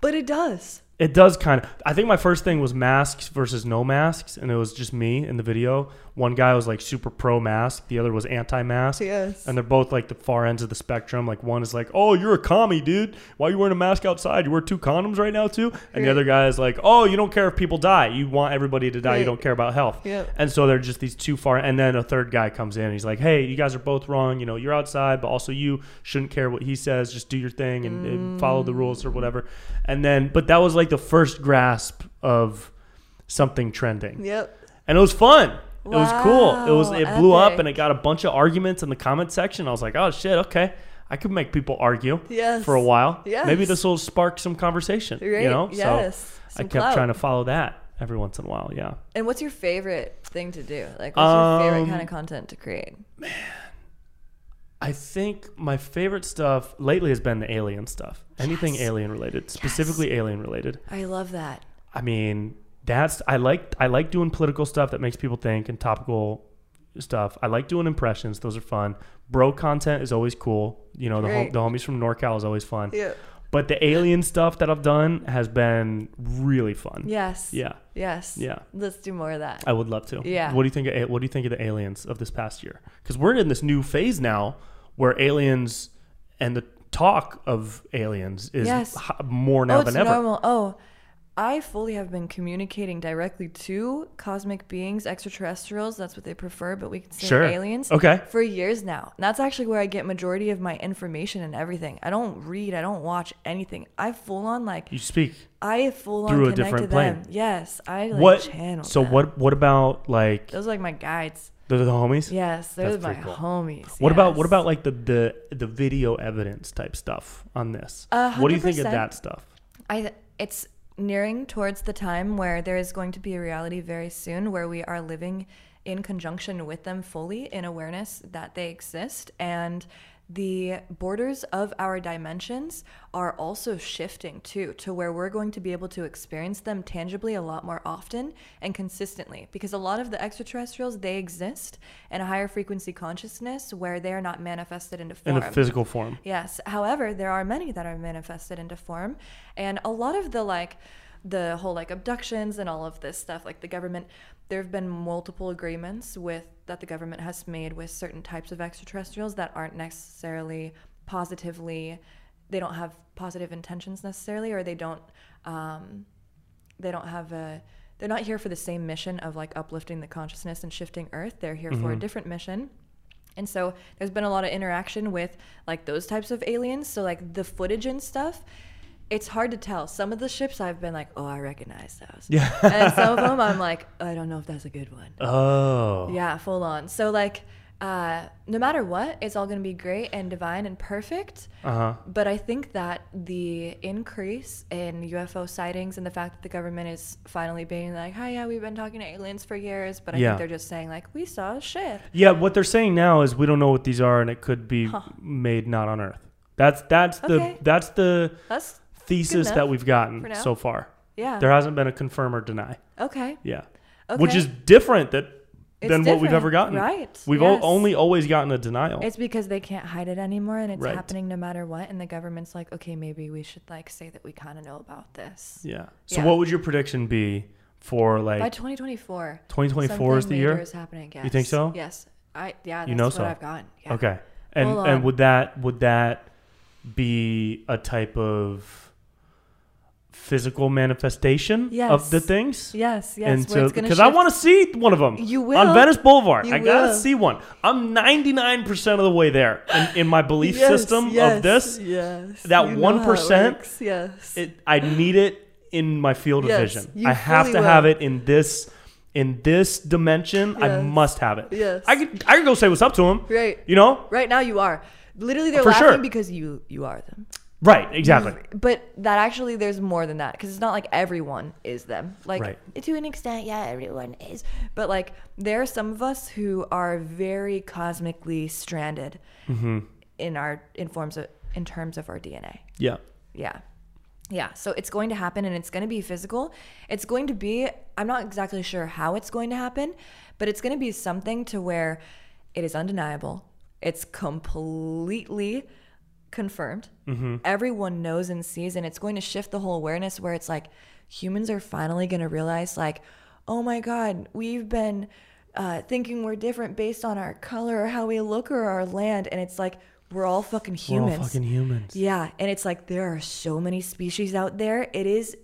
S2: But it does.
S1: It does kind of. I think my first thing was masks versus no masks, and it was just me in the video. One guy was like super pro mask, the other was anti mask.
S2: Yes.
S1: And they're both like the far ends of the spectrum. Like one is like, "Oh, you're a commie, dude. Why are you wearing a mask outside? You wear two condoms right now, too." And the
S2: Right.
S1: other guy is like, "Oh, you don't care if people die. You want everybody to die. You
S2: Right.
S1: don't care about health."
S2: Yep.
S1: And so they're just these two far. And then a third guy comes in. And he's like, "Hey, you guys are both wrong. You know, you're outside, but also you shouldn't care what he says. Just do your thing and, and follow the rules or
S2: Mm.
S1: whatever." And then, but that was like the first grasp of something trending
S2: Yep.
S1: and it was fun. It was cool. It was
S2: Wow,
S1: it blew up
S2: epic.
S1: and it got a bunch of arguments in the comment section. I was like, oh shit, okay, I could make people argue
S2: Yes.
S1: for a while.
S2: Yes.
S1: Maybe this will spark some conversation.
S2: Right?
S1: You know,
S2: Yes.
S1: so I
S2: Some
S1: kept
S2: clout.
S1: trying to follow that every once in a while. Yeah,
S2: And what's your favorite thing to do? Like, what's your
S1: Um,
S2: favorite kind of content to create?
S1: I think my favorite stuff lately has been the alien stuff. Anything alien related, specifically alien related.
S2: I love that.
S1: I mean, that's I like I like doing political stuff that makes people think and topical stuff. I like doing impressions; those are fun. Bro content is always cool. You know, the hom-
S2: Right.
S1: the homies from NorCal is always fun.
S2: Yeah.
S1: But the alien stuff that I've done has been really fun.
S2: Yes.
S1: Yeah.
S2: Yes.
S1: Yeah.
S2: Let's do more of that.
S1: I would love to.
S2: Yeah.
S1: What do you think? Of, a- what do you think of the aliens of this past year? Because we're in this new phase now, where aliens and the talk of aliens is
S2: Yes.
S1: h- more now
S2: oh, it's
S1: than ever.
S2: normal. Oh, I fully have been communicating directly to cosmic beings, extraterrestrials. That's what they prefer, but we can say
S1: Sure.
S2: aliens.
S1: Okay.
S2: For years now. And that's actually where I get majority of my information and everything. I don't read. I don't watch anything. I full on like
S1: You speak.
S2: I full on
S1: Through a
S2: connect
S1: different
S2: to
S1: plane.
S2: them. Yes, I like
S1: what?
S2: channel.
S1: So
S2: them.
S1: what? What about like
S2: Those are like my guides.
S1: the, the homies?
S2: Yes, those are
S1: That's
S2: my
S1: pretty cool.
S2: homies.
S1: What about
S2: yes.
S1: what about like the the the video evidence type stuff on this?
S2: A
S1: What do you think of
S2: 100%.
S1: that stuff?
S2: I it's nearing towards the time where there is going to be a reality very soon where we are living in conjunction with them fully in awareness that they exist and the borders of our dimensions are also shifting too to where we're going to be able to experience them tangibly a lot more often and consistently because a lot of the extraterrestrials they exist in a higher frequency consciousness where they are not manifested into
S1: In
S2: form
S1: a physical form.
S2: Yes. However, there are many that are manifested into form, and a lot of the like the whole like abductions and all of this stuff like the government there have been multiple agreements with that the government has made with certain types of extraterrestrials that aren't necessarily positively they don't have positive intentions necessarily or they don't um, they don't have a they're not here for the same mission of like uplifting the consciousness and shifting earth they're here for a different mission and so there's been a lot of interaction with like those types of aliens so like the footage and stuff it's hard to tell some of the ships i've been like oh i recognize those yeah and some of them i'm like i don't know if that's a good one
S1: Oh.
S2: yeah, full on. So like, uh, no matter what, it's all gonna be great and divine and perfect.
S1: Uh-huh.
S2: But I think that the increase in UFO sightings and the fact that the government is finally being like, "Hi, yeah, we've been talking to aliens for years," but I
S1: Yeah.
S2: think they're just saying like, "We saw shit."
S1: Yeah, what they're saying now is we don't know what these are, and it could be made not on Earth. That's that's
S2: Okay.
S1: the that's the
S2: That's
S1: thesis
S2: enough
S1: that we've
S2: for
S1: gotten
S2: now.
S1: so far.
S2: yeah.
S1: There hasn't been a confirm or deny.
S2: okay.
S1: Yeah, which
S2: Okay.
S1: is different that,
S2: It's
S1: than what we've
S2: different,
S1: ever gotten.
S2: right,
S1: We've o-
S2: yes.
S1: only always gotten a denial.
S2: It's because they can't hide it anymore, and it's
S1: Right.
S2: happening no matter what. And the government's like, "Okay, maybe we should like say that we kind of know about this."
S1: yeah. So
S2: Yeah.
S1: what would your prediction be for
S2: By
S1: like
S2: 2024.
S1: 2024 is the
S2: something
S1: year?
S2: major Is happening. Yes.
S1: You think so?
S2: Yes. I yeah. That's
S1: You know
S2: what
S1: so.
S2: I've gotten. Yeah.
S1: Okay. And
S2: Hold
S1: and
S2: on.
S1: would that would that be a type of physical manifestation of the
S2: Yes.
S1: things?
S2: Yes. Yes.
S1: And
S2: where
S1: so,
S2: it's gonna
S1: because I
S2: shift.
S1: want to see one of them
S2: You
S1: on
S2: will.
S1: Venice Boulevard.
S2: You
S1: I gotta
S2: will.
S1: see one. I'm 99% of the way there in, in my belief system of this.
S2: Yes.
S1: that
S2: You know how it
S1: 1%,
S2: works, Yes.
S1: It, I need it in my field of
S2: Yes,
S1: vision.
S2: you
S1: I have to
S2: fully will.
S1: have it in this in this dimension. I
S2: Yes.
S1: must have it.
S2: Yes.
S1: I could I could go say what's up to him.
S2: right.
S1: You know,
S2: right now you are. Literally, they're
S1: For
S2: laughing
S1: sure.
S2: because you you are them.
S1: right? Exactly.
S2: But that actually, there's more than that because it's not like everyone is them. Like
S1: Right.
S2: to an extent, yeah, everyone is. But like there are some of us who are very cosmically stranded in our in forms of in terms of our DNA.
S1: Yeah.
S2: Yeah. Yeah. So it's going to happen and it's going to be physical. It's going to be, I'm not exactly sure how it's going to happen, but it's going to be something to where it is undeniable. It's completely confirmed.
S1: Mm-hmm.
S2: Everyone knows and sees, and it's going to shift the whole awareness where it's like humans are finally going to realize, like, oh my God, we've been uh, thinking we're different based on our color or how we look or our land. And it's like, we're all fucking humans.
S1: We're all fucking humans.
S2: Yeah, and it's like there are so many species out there. It is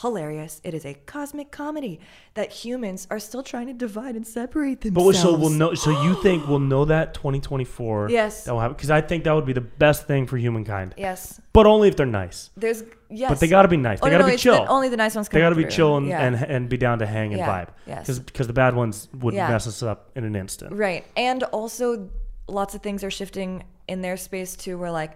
S2: hilarious. It is a cosmic comedy that humans are still trying to divide and separate
S1: But
S2: themselves.
S1: we- so we'll know. So you think we'll know that 2024?
S2: Yes.
S1: That will happen because I think that would be the best thing for humankind.
S2: Yes,
S1: But only if they're nice.
S2: there's yes.
S1: But they gotta be nice.
S2: Oh,
S1: They
S2: no,
S1: gotta
S2: no,
S1: be
S2: it's the-
S1: chill.
S2: only the nice ones.
S1: they gotta
S2: come
S1: be
S2: through.
S1: chill and,
S2: Yeah.
S1: and and be down to hang and
S2: Yeah,
S1: vibe.
S2: yes.
S1: Because the bad ones would
S2: Yeah.
S1: mess us up in an instant.
S2: Right. And also, lots of things are shifting in their space too, where like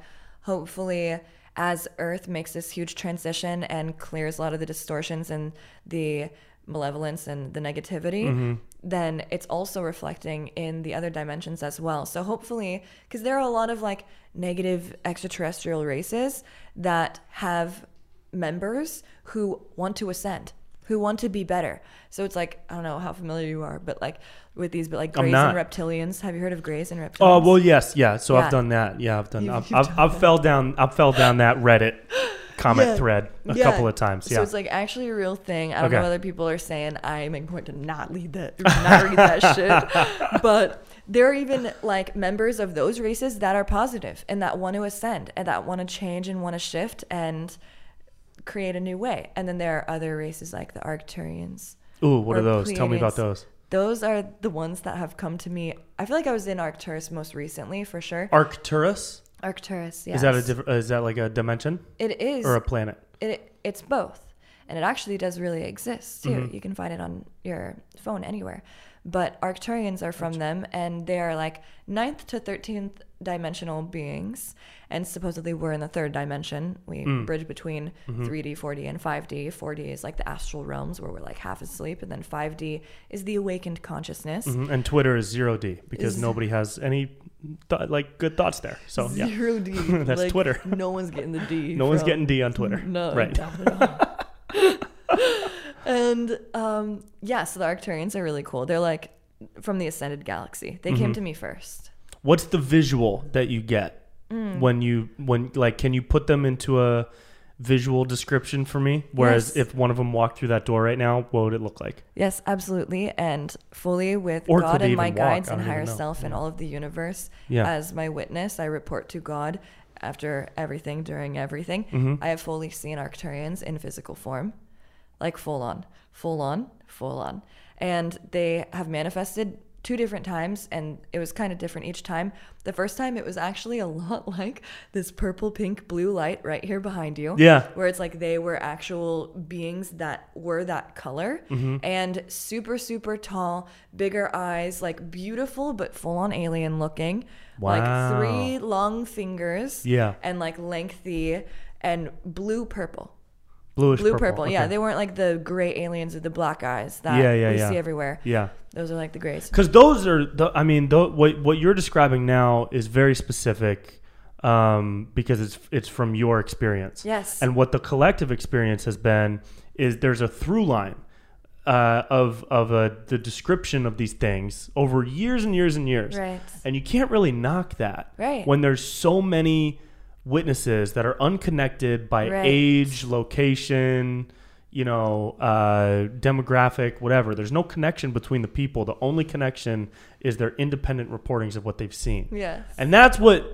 S2: hopefully as Earth makes this huge transition and clears a lot of the distortions and the malevolence and the negativity, then it's also reflecting in the other dimensions as well. So hopefully, because there are a lot of like negative extraterrestrial races that have members who want to ascend, who want to be better. So it's like I don't know how familiar you are, but like with these, but like
S1: I'm
S2: Greys
S1: not.
S2: and reptilians. Have you heard of Greys and reptilians?
S1: Oh well, yes, yeah. So I've
S2: Yeah.
S1: done that. Yeah, I've done.
S2: You've-
S1: I've,
S2: you've
S1: I've, I've fell down. I've fell down that Reddit comment
S2: Yeah.
S1: thread a
S2: Yeah.
S1: couple of times. Yeah.
S2: So it's like actually a real thing. I don't know
S1: Okay.
S2: know other people are saying. I make a point to not lead that, not read that shit. But there are even like members of those races that are positive and that want to ascend and that want to change and want to shift and create a new way. And then there are other races like the Arcturians.
S1: Ooh, what
S2: or
S1: are those? Tell me about
S2: Pleiadians.
S1: those.
S2: Those are the ones that have come to me. I feel like I was in Arcturus most recently for sure.
S1: Arcturus?
S2: Arcturus, yes.
S1: Is that a diff- uh, is that like a dimension
S2: It is.
S1: or a planet?
S2: it it's both and it actually does really exist too
S1: Mm-hmm.
S2: you can find it on your phone anywhere but arcturians are from them and they are like ninth to 13th dimensional beings and supposedly we're in the third dimension we
S1: Mm.
S2: bridge between
S1: Mm-hmm.
S2: 3d 4d and 5d 4d is like the astral realms where we're like half asleep and then 5d is the awakened consciousness
S1: Mhm. And Twitter is zero D because
S2: Is-
S1: nobody has any th- like good thoughts there. So yeah,
S2: zero d
S1: That's
S2: like,
S1: Twitter.
S2: no one's getting the d
S1: no one's
S2: from-
S1: getting D on Twitter.
S2: No,
S1: right.
S2: not at all. and um, yeah, so the Arcturians are really cool. They're like from the Ascended Galaxy. They
S1: Mm-hmm.
S2: came to me first.
S1: What's the visual that you get
S2: Mm.
S1: when you when like can you put them into a visual description for me? Whereas
S2: Yes.
S1: if one of them walked through that door right now, what would it look like?
S2: Yes, absolutely, and fully with
S1: Or could
S2: God
S1: they
S2: and my
S1: even walk?
S2: guides
S1: I
S2: and
S1: don't even
S2: higher
S1: know.
S2: self and all of the universe
S1: Yeah.
S2: as my witness. I report to God after everything, during everything.
S1: Mm-hmm.
S2: I have fully seen Arcturians in physical form, like full on, full on, full on, and they have manifested two different times and it was kind of different each time the first time it was actually a lot like this purple pink blue light right here behind you
S1: Yeah.
S2: where it's like they were actual beings that were that color
S1: Mm-hmm.
S2: and super super tall bigger eyes like beautiful but full on alien looking like
S1: Wow.
S2: three long fingers
S1: Yeah.
S2: and like lengthy and blue purple
S1: Bluish
S2: blue purple, yeah
S1: okay.
S2: they weren't like the gray aliens with the black eyes that
S1: Yeah, yeah,
S2: we
S1: yeah.
S2: see everywhere
S1: yeah.
S2: those are like the grays
S1: Because those are the. I mean, tho- what what you're describing now is very specific, um, because it's it's from your experience.
S2: Yes.
S1: And what the collective experience has been is there's a through line, uh, of of a, the description of these things over years and years and years.
S2: Right.
S1: And you can't really knock that.
S2: Right.
S1: When there's so many witnesses that are unconnected by
S2: Right.
S1: age, location, you know, uh, demographic, whatever. There's no connection between the people. The only connection is their independent reportings of what they've seen.
S2: yes
S1: And that's what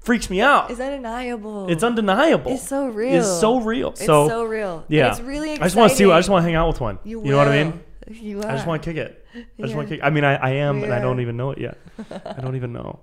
S1: freaks me out.
S2: is undeniable
S1: it's undeniable.
S2: It's so real.
S1: It's so real.
S2: It's
S1: so,
S2: so real And
S1: yeah.
S2: it's really exciting
S1: I just want to see. I just want to hang out with one.
S2: you,
S1: you know what I
S2: will.
S1: mean?
S2: you are.
S1: I just want to kick it. I just want to
S2: Yeah.
S1: kick. I mean, I, I am, and I
S2: Yeah.
S1: don't even know it yet. I don't even know.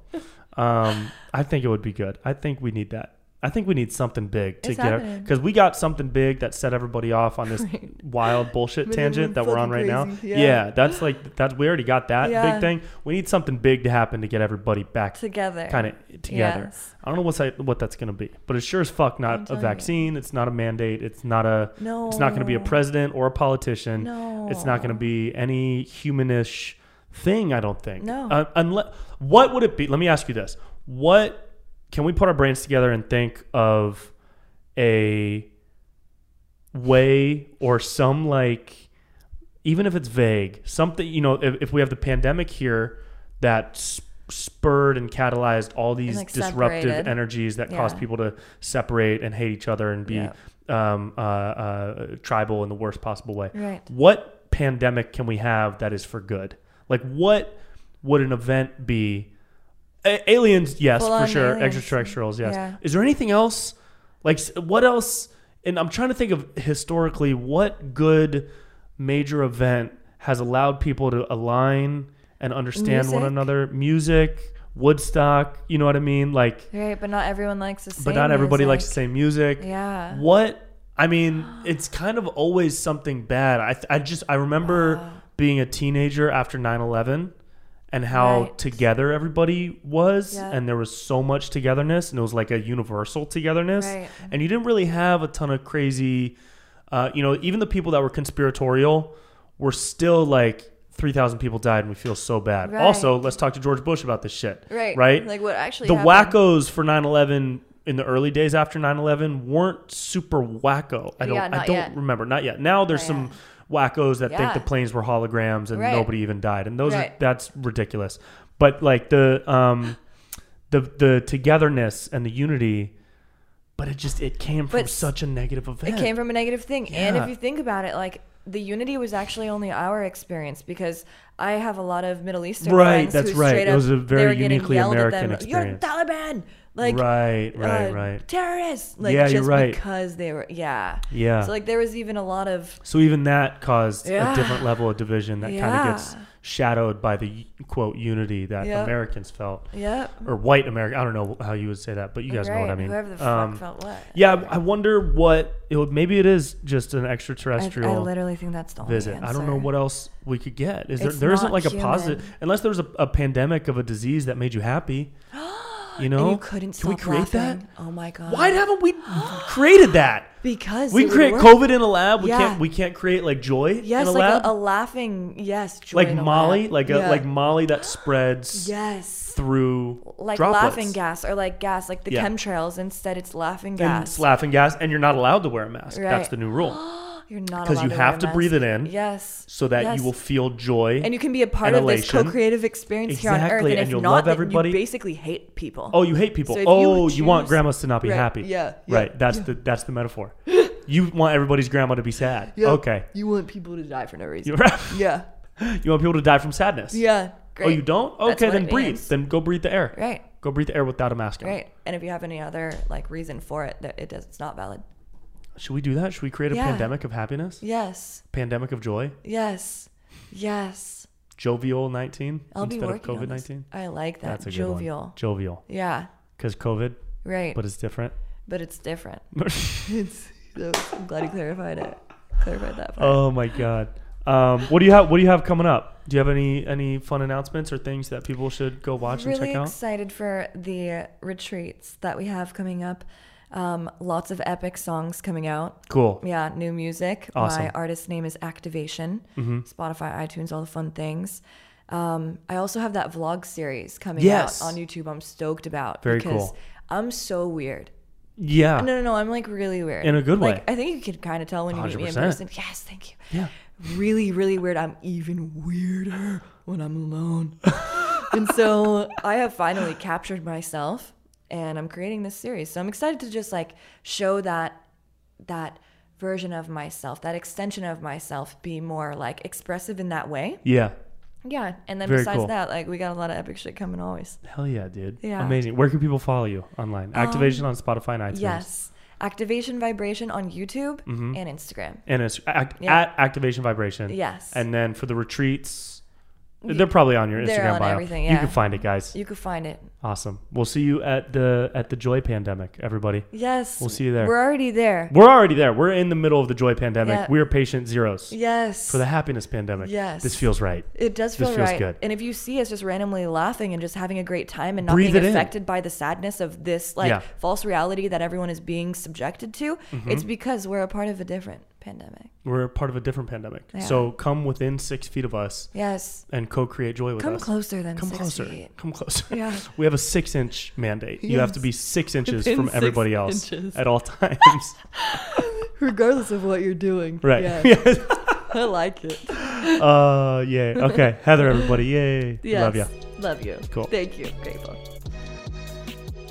S1: Um, I think it would be good. I think we need that. I think we need something big to
S2: It's
S1: get
S2: happening.
S1: because we got something big that set everybody off on this wild bullshit
S2: Made
S1: tangent
S2: everyone
S1: that we're on right
S2: fucking
S1: now.
S2: crazy.
S1: Yeah.
S2: Yeah.
S1: that's like that's we already got that big
S2: Yeah.
S1: thing. We need something big to happen to get everybody back
S2: together
S1: kind of together.
S2: Yes.
S1: I don't know what's that- what that's going to be, but it's sure as fuck
S2: I'm
S1: not a
S2: telling you.
S1: vaccine. It's not a mandate. It's not a.
S2: No.
S1: It's not going to be a president or a politician. It's not going to
S2: No.
S1: be any humanish thing. I don't think.
S2: No.
S1: Uh, unless what would it be? Let me ask you this: What can we put our brains together and think of a way or some like even if it's vague, something, you know, if, if we have the pandemic here that s- spurred and catalyzed all these
S2: like,
S1: disruptive
S2: separated.
S1: energies that cause
S2: Yeah.
S1: people to separate and hate each other and be
S2: Yeah.
S1: um, uh, uh, tribal in the worst possible way.
S2: Right.
S1: What pandemic can we have that is for good? Like, what would an event be? A- aliens, yes, for
S2: Full-on
S1: sure.
S2: aliens.
S1: Extraterrestrials, yes.
S2: Yeah.
S1: Is there anything else? Like, s- what else? And I'm trying to think of historically what good major event has allowed people to align and understand one
S2: Music.
S1: another. Music, Woodstock, you know what I mean? Like,
S2: Right, but not everyone likes the same.
S1: but not everybody likes the
S2: music.
S1: same music.
S2: Yeah.
S1: What? I mean, it's kind of always something bad. I, th- I just, I remember being a teenager after 9 11 and how
S2: Right.
S1: together everybody was.
S2: Yeah.
S1: And there was so much togetherness and it was like a universal togetherness.
S2: Right.
S1: And you didn't really have a ton of crazy, uh, you know, even the people that were conspiratorial were still like, 3,000 people died and we feel so bad.
S2: Right.
S1: Also, let's talk to George Bush about this shit.
S2: Right.
S1: Right?
S2: Like what actually
S1: the
S2: happened.
S1: wackos for 9-11 in the early days after 9-11 weren't super wacko i don't
S2: Yeah,
S1: i
S2: not
S1: don't
S2: yet.
S1: remember not yet now there's
S2: Not
S1: some wackos that think
S2: Yeah.
S1: the planes were holograms and
S2: Right.
S1: nobody even died and those are,
S2: Right.
S1: that's ridiculous but like the um the the togetherness and the unity but it just it came from
S2: But
S1: such a negative event
S2: It came from a negative thing. And
S1: Yeah.
S2: if you think about it, like the unity was actually only our experience because I have a lot of Middle Eastern
S1: Right,
S2: friends
S1: that's
S2: who
S1: right.
S2: straight
S1: It
S2: up
S1: was a very
S2: they were getting
S1: uniquely
S2: yelled at
S1: American
S2: them,
S1: experience.
S2: You're Taliban, like
S1: right, right,
S2: uh,
S1: right.
S2: terrorists, like
S1: Yeah,
S2: just
S1: you're right.
S2: because they were yeah
S1: Yeah.
S2: So like there was even a lot of
S1: So even that caused a
S2: Yeah.
S1: different level of division that kind
S2: Yeah.
S1: of gets shadowed by the quote unity that
S2: Yep.
S1: Americans felt
S2: yeah.
S1: or white America. I don't know how you would say that, but you guys know what I
S2: Right,
S1: mean.
S2: Whoever the fuck
S1: Um,
S2: felt what.
S1: yeah, I- I wonder what it would, maybe it is just an
S2: I,
S1: extraterrestrial
S2: I literally think that's the only
S1: visit. I don't know
S2: answer.
S1: what else we could get. Is there?
S2: It's
S1: There isn't
S2: not
S1: like a positive
S2: human.
S1: unless there was a, a pandemic of a disease that made you happy. You know,
S2: And you couldn't
S1: can we
S2: stop
S1: create
S2: laughing.
S1: that?
S2: Oh my god.
S1: Why haven't we created that?
S2: Because
S1: We
S2: it
S1: can
S2: would
S1: create
S2: work.
S1: COVID in a lab. We
S2: Yeah.
S1: can't. We can't create like joy
S2: Yes,
S1: in a
S2: like
S1: lab.
S2: a, a laughing yes. Joy
S1: like
S2: in a
S1: Molly,
S2: lab.
S1: like a,
S2: Yeah.
S1: like Molly that spreads
S2: yes.
S1: through
S2: Like
S1: droplets.
S2: laughing gas or like gas, like the
S1: Yeah.
S2: chemtrails. Instead, it's laughing
S1: And
S2: gas.
S1: it's laughing gas, and you're not allowed to wear a mask. That's
S2: Right.
S1: the new rule,
S2: You're not
S1: because you have to breathe it in,
S2: Yes.
S1: so that
S2: Yes.
S1: you will feel joy.
S2: And you can be a part
S1: and
S2: of this
S1: elation.
S2: co-creative experience here on Earth,
S1: Exactly,
S2: and,
S1: and
S2: if
S1: you'll
S2: not,
S1: love
S2: then
S1: everybody.
S2: You basically hate people.
S1: Oh, you hate people.
S2: So if you
S1: oh, you, want
S2: choose-
S1: grandmas to not be
S2: Right,
S1: happy.
S2: yeah, yeah,
S1: Right. That's the that's the metaphor. you want everybody's grandma to be sad. Okay.
S2: You want people to die for no reason.
S1: You want
S2: Yeah.
S1: people to die from sadness.
S2: Yeah. Great.
S1: Oh, you don't?
S2: That's
S1: Okay,
S2: what
S1: then
S2: it
S1: breathe.
S2: means.
S1: Then go breathe the air.
S2: Right.
S1: Go breathe the air without a mask on.
S2: Right. And if you have any other like reason for it, that it does, it's not valid.
S1: Should we do that? Should we create a
S2: Yeah.
S1: pandemic of happiness?
S2: Yes.
S1: Pandemic of joy?
S2: Yes. Yes.
S1: Jovial 19
S2: I'll
S1: instead
S2: be
S1: of
S2: working
S1: COVID
S2: on this.
S1: 19?
S2: I like that.
S1: That's a good one.
S2: Jovial.
S1: Jovial.
S2: Yeah.
S1: Because COVID,
S2: Right.
S1: but it's different.
S2: but it's different. It's, so I'm glad you clarified it. Clarified that part.
S1: oh my god. Um, what do you have? What do you have coming up? Do you have any any fun announcements or things that people should go watch and
S2: really
S1: check out?
S2: excited for the retreats that we have coming up. Um, lots of epic songs coming out.
S1: Cool.
S2: Yeah, new music.
S1: Awesome. Mm-hmm.
S2: My artist name is Activation. Spotify, iTunes, all the fun things. Um, I also have that vlog series coming
S1: Yes.
S2: out on YouTube. I'm stoked about
S1: Very
S2: because
S1: cool.
S2: I'm so weird.
S1: Yeah.
S2: No, no, no. I'm like really weird
S1: In a good
S2: like,
S1: way.
S2: I think you could kind of tell when you meet me
S1: 100%.
S2: in person. Yes, thank you.
S1: Yeah.
S2: Really, really weird. I'm even weirder when I'm alone. and so I have finally captured myself, and I'm creating this series. So I'm excited to just like show that that version of myself, that extension of myself, be more like expressive in that way.
S1: Yeah.
S2: Yeah. And then
S1: Very
S2: besides
S1: cool.
S2: that, like we got a lot of epic shit coming always.
S1: Hell yeah, dude.
S2: Yeah. Um,
S1: Amazing. Where can people follow you online? Activation on Spotify and iTunes.
S2: Yes. Activation vibration on YouTube
S1: Mm-hmm.
S2: and Instagram.
S1: And it's act,
S2: Yeah.
S1: at Activation Vibration.
S2: Yes.
S1: And then for the retreats, they're probably on your
S2: They're
S1: Instagram
S2: on
S1: bio.
S2: everything,
S1: You
S2: yeah.
S1: can find it, guys.
S2: You could find it.
S1: Awesome. We'll see you at the at the Joy Pandemic, everybody.
S2: Yes.
S1: We'll see you there.
S2: We're already there.
S1: We're already there. We're in the middle of the Joy Pandemic.
S2: Yeah.
S1: We're patient zeros
S2: Yes.
S1: for the Happiness Pandemic.
S2: Yes.
S1: This feels right.
S2: it does
S1: This
S2: feel
S1: feels
S2: right.
S1: good.
S2: And if you see us just randomly laughing and just having a great time and not
S1: Breathe it
S2: being
S1: in.
S2: affected by the sadness of this like
S1: Yeah. Mm-hmm.
S2: false reality that everyone is being subjected to, it's because we're a part of a different pandemic.
S1: We're part of a different pandemic.
S2: Yeah.
S1: So come within six feet of us
S2: Yes.
S1: and co-create joy with
S2: Come
S1: us.
S2: closer than
S1: Come
S2: six
S1: closer.
S2: feet.
S1: Come closer.
S2: Yeah.
S1: We have a six inch mandate. You have to
S2: Yes.
S1: be six inches
S2: Within
S1: from
S2: six
S1: everybody else
S2: inches.
S1: at all times.
S2: Regardless of what you're doing.
S1: right.
S2: I like it.
S1: uh, yay. Okay. Heather, everybody. Yay. Love you.
S2: Love you.
S1: Cool.
S2: Thank you. Grateful.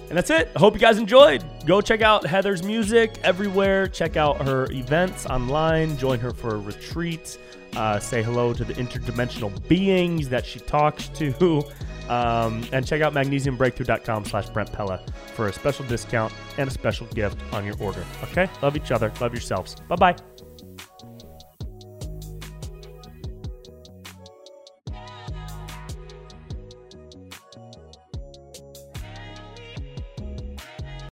S1: And that's it. I hope you guys enjoyed. Go check out Heather's music everywhere. Check out her events online. Join her for a retreat. Uh, say hello to the interdimensional beings that she talks to. Um, and check out magnesiumbreakthrough.com slash Brent Pella for a special discount and a special gift on your order. Okay? Love each other. Love yourselves. Bye-bye.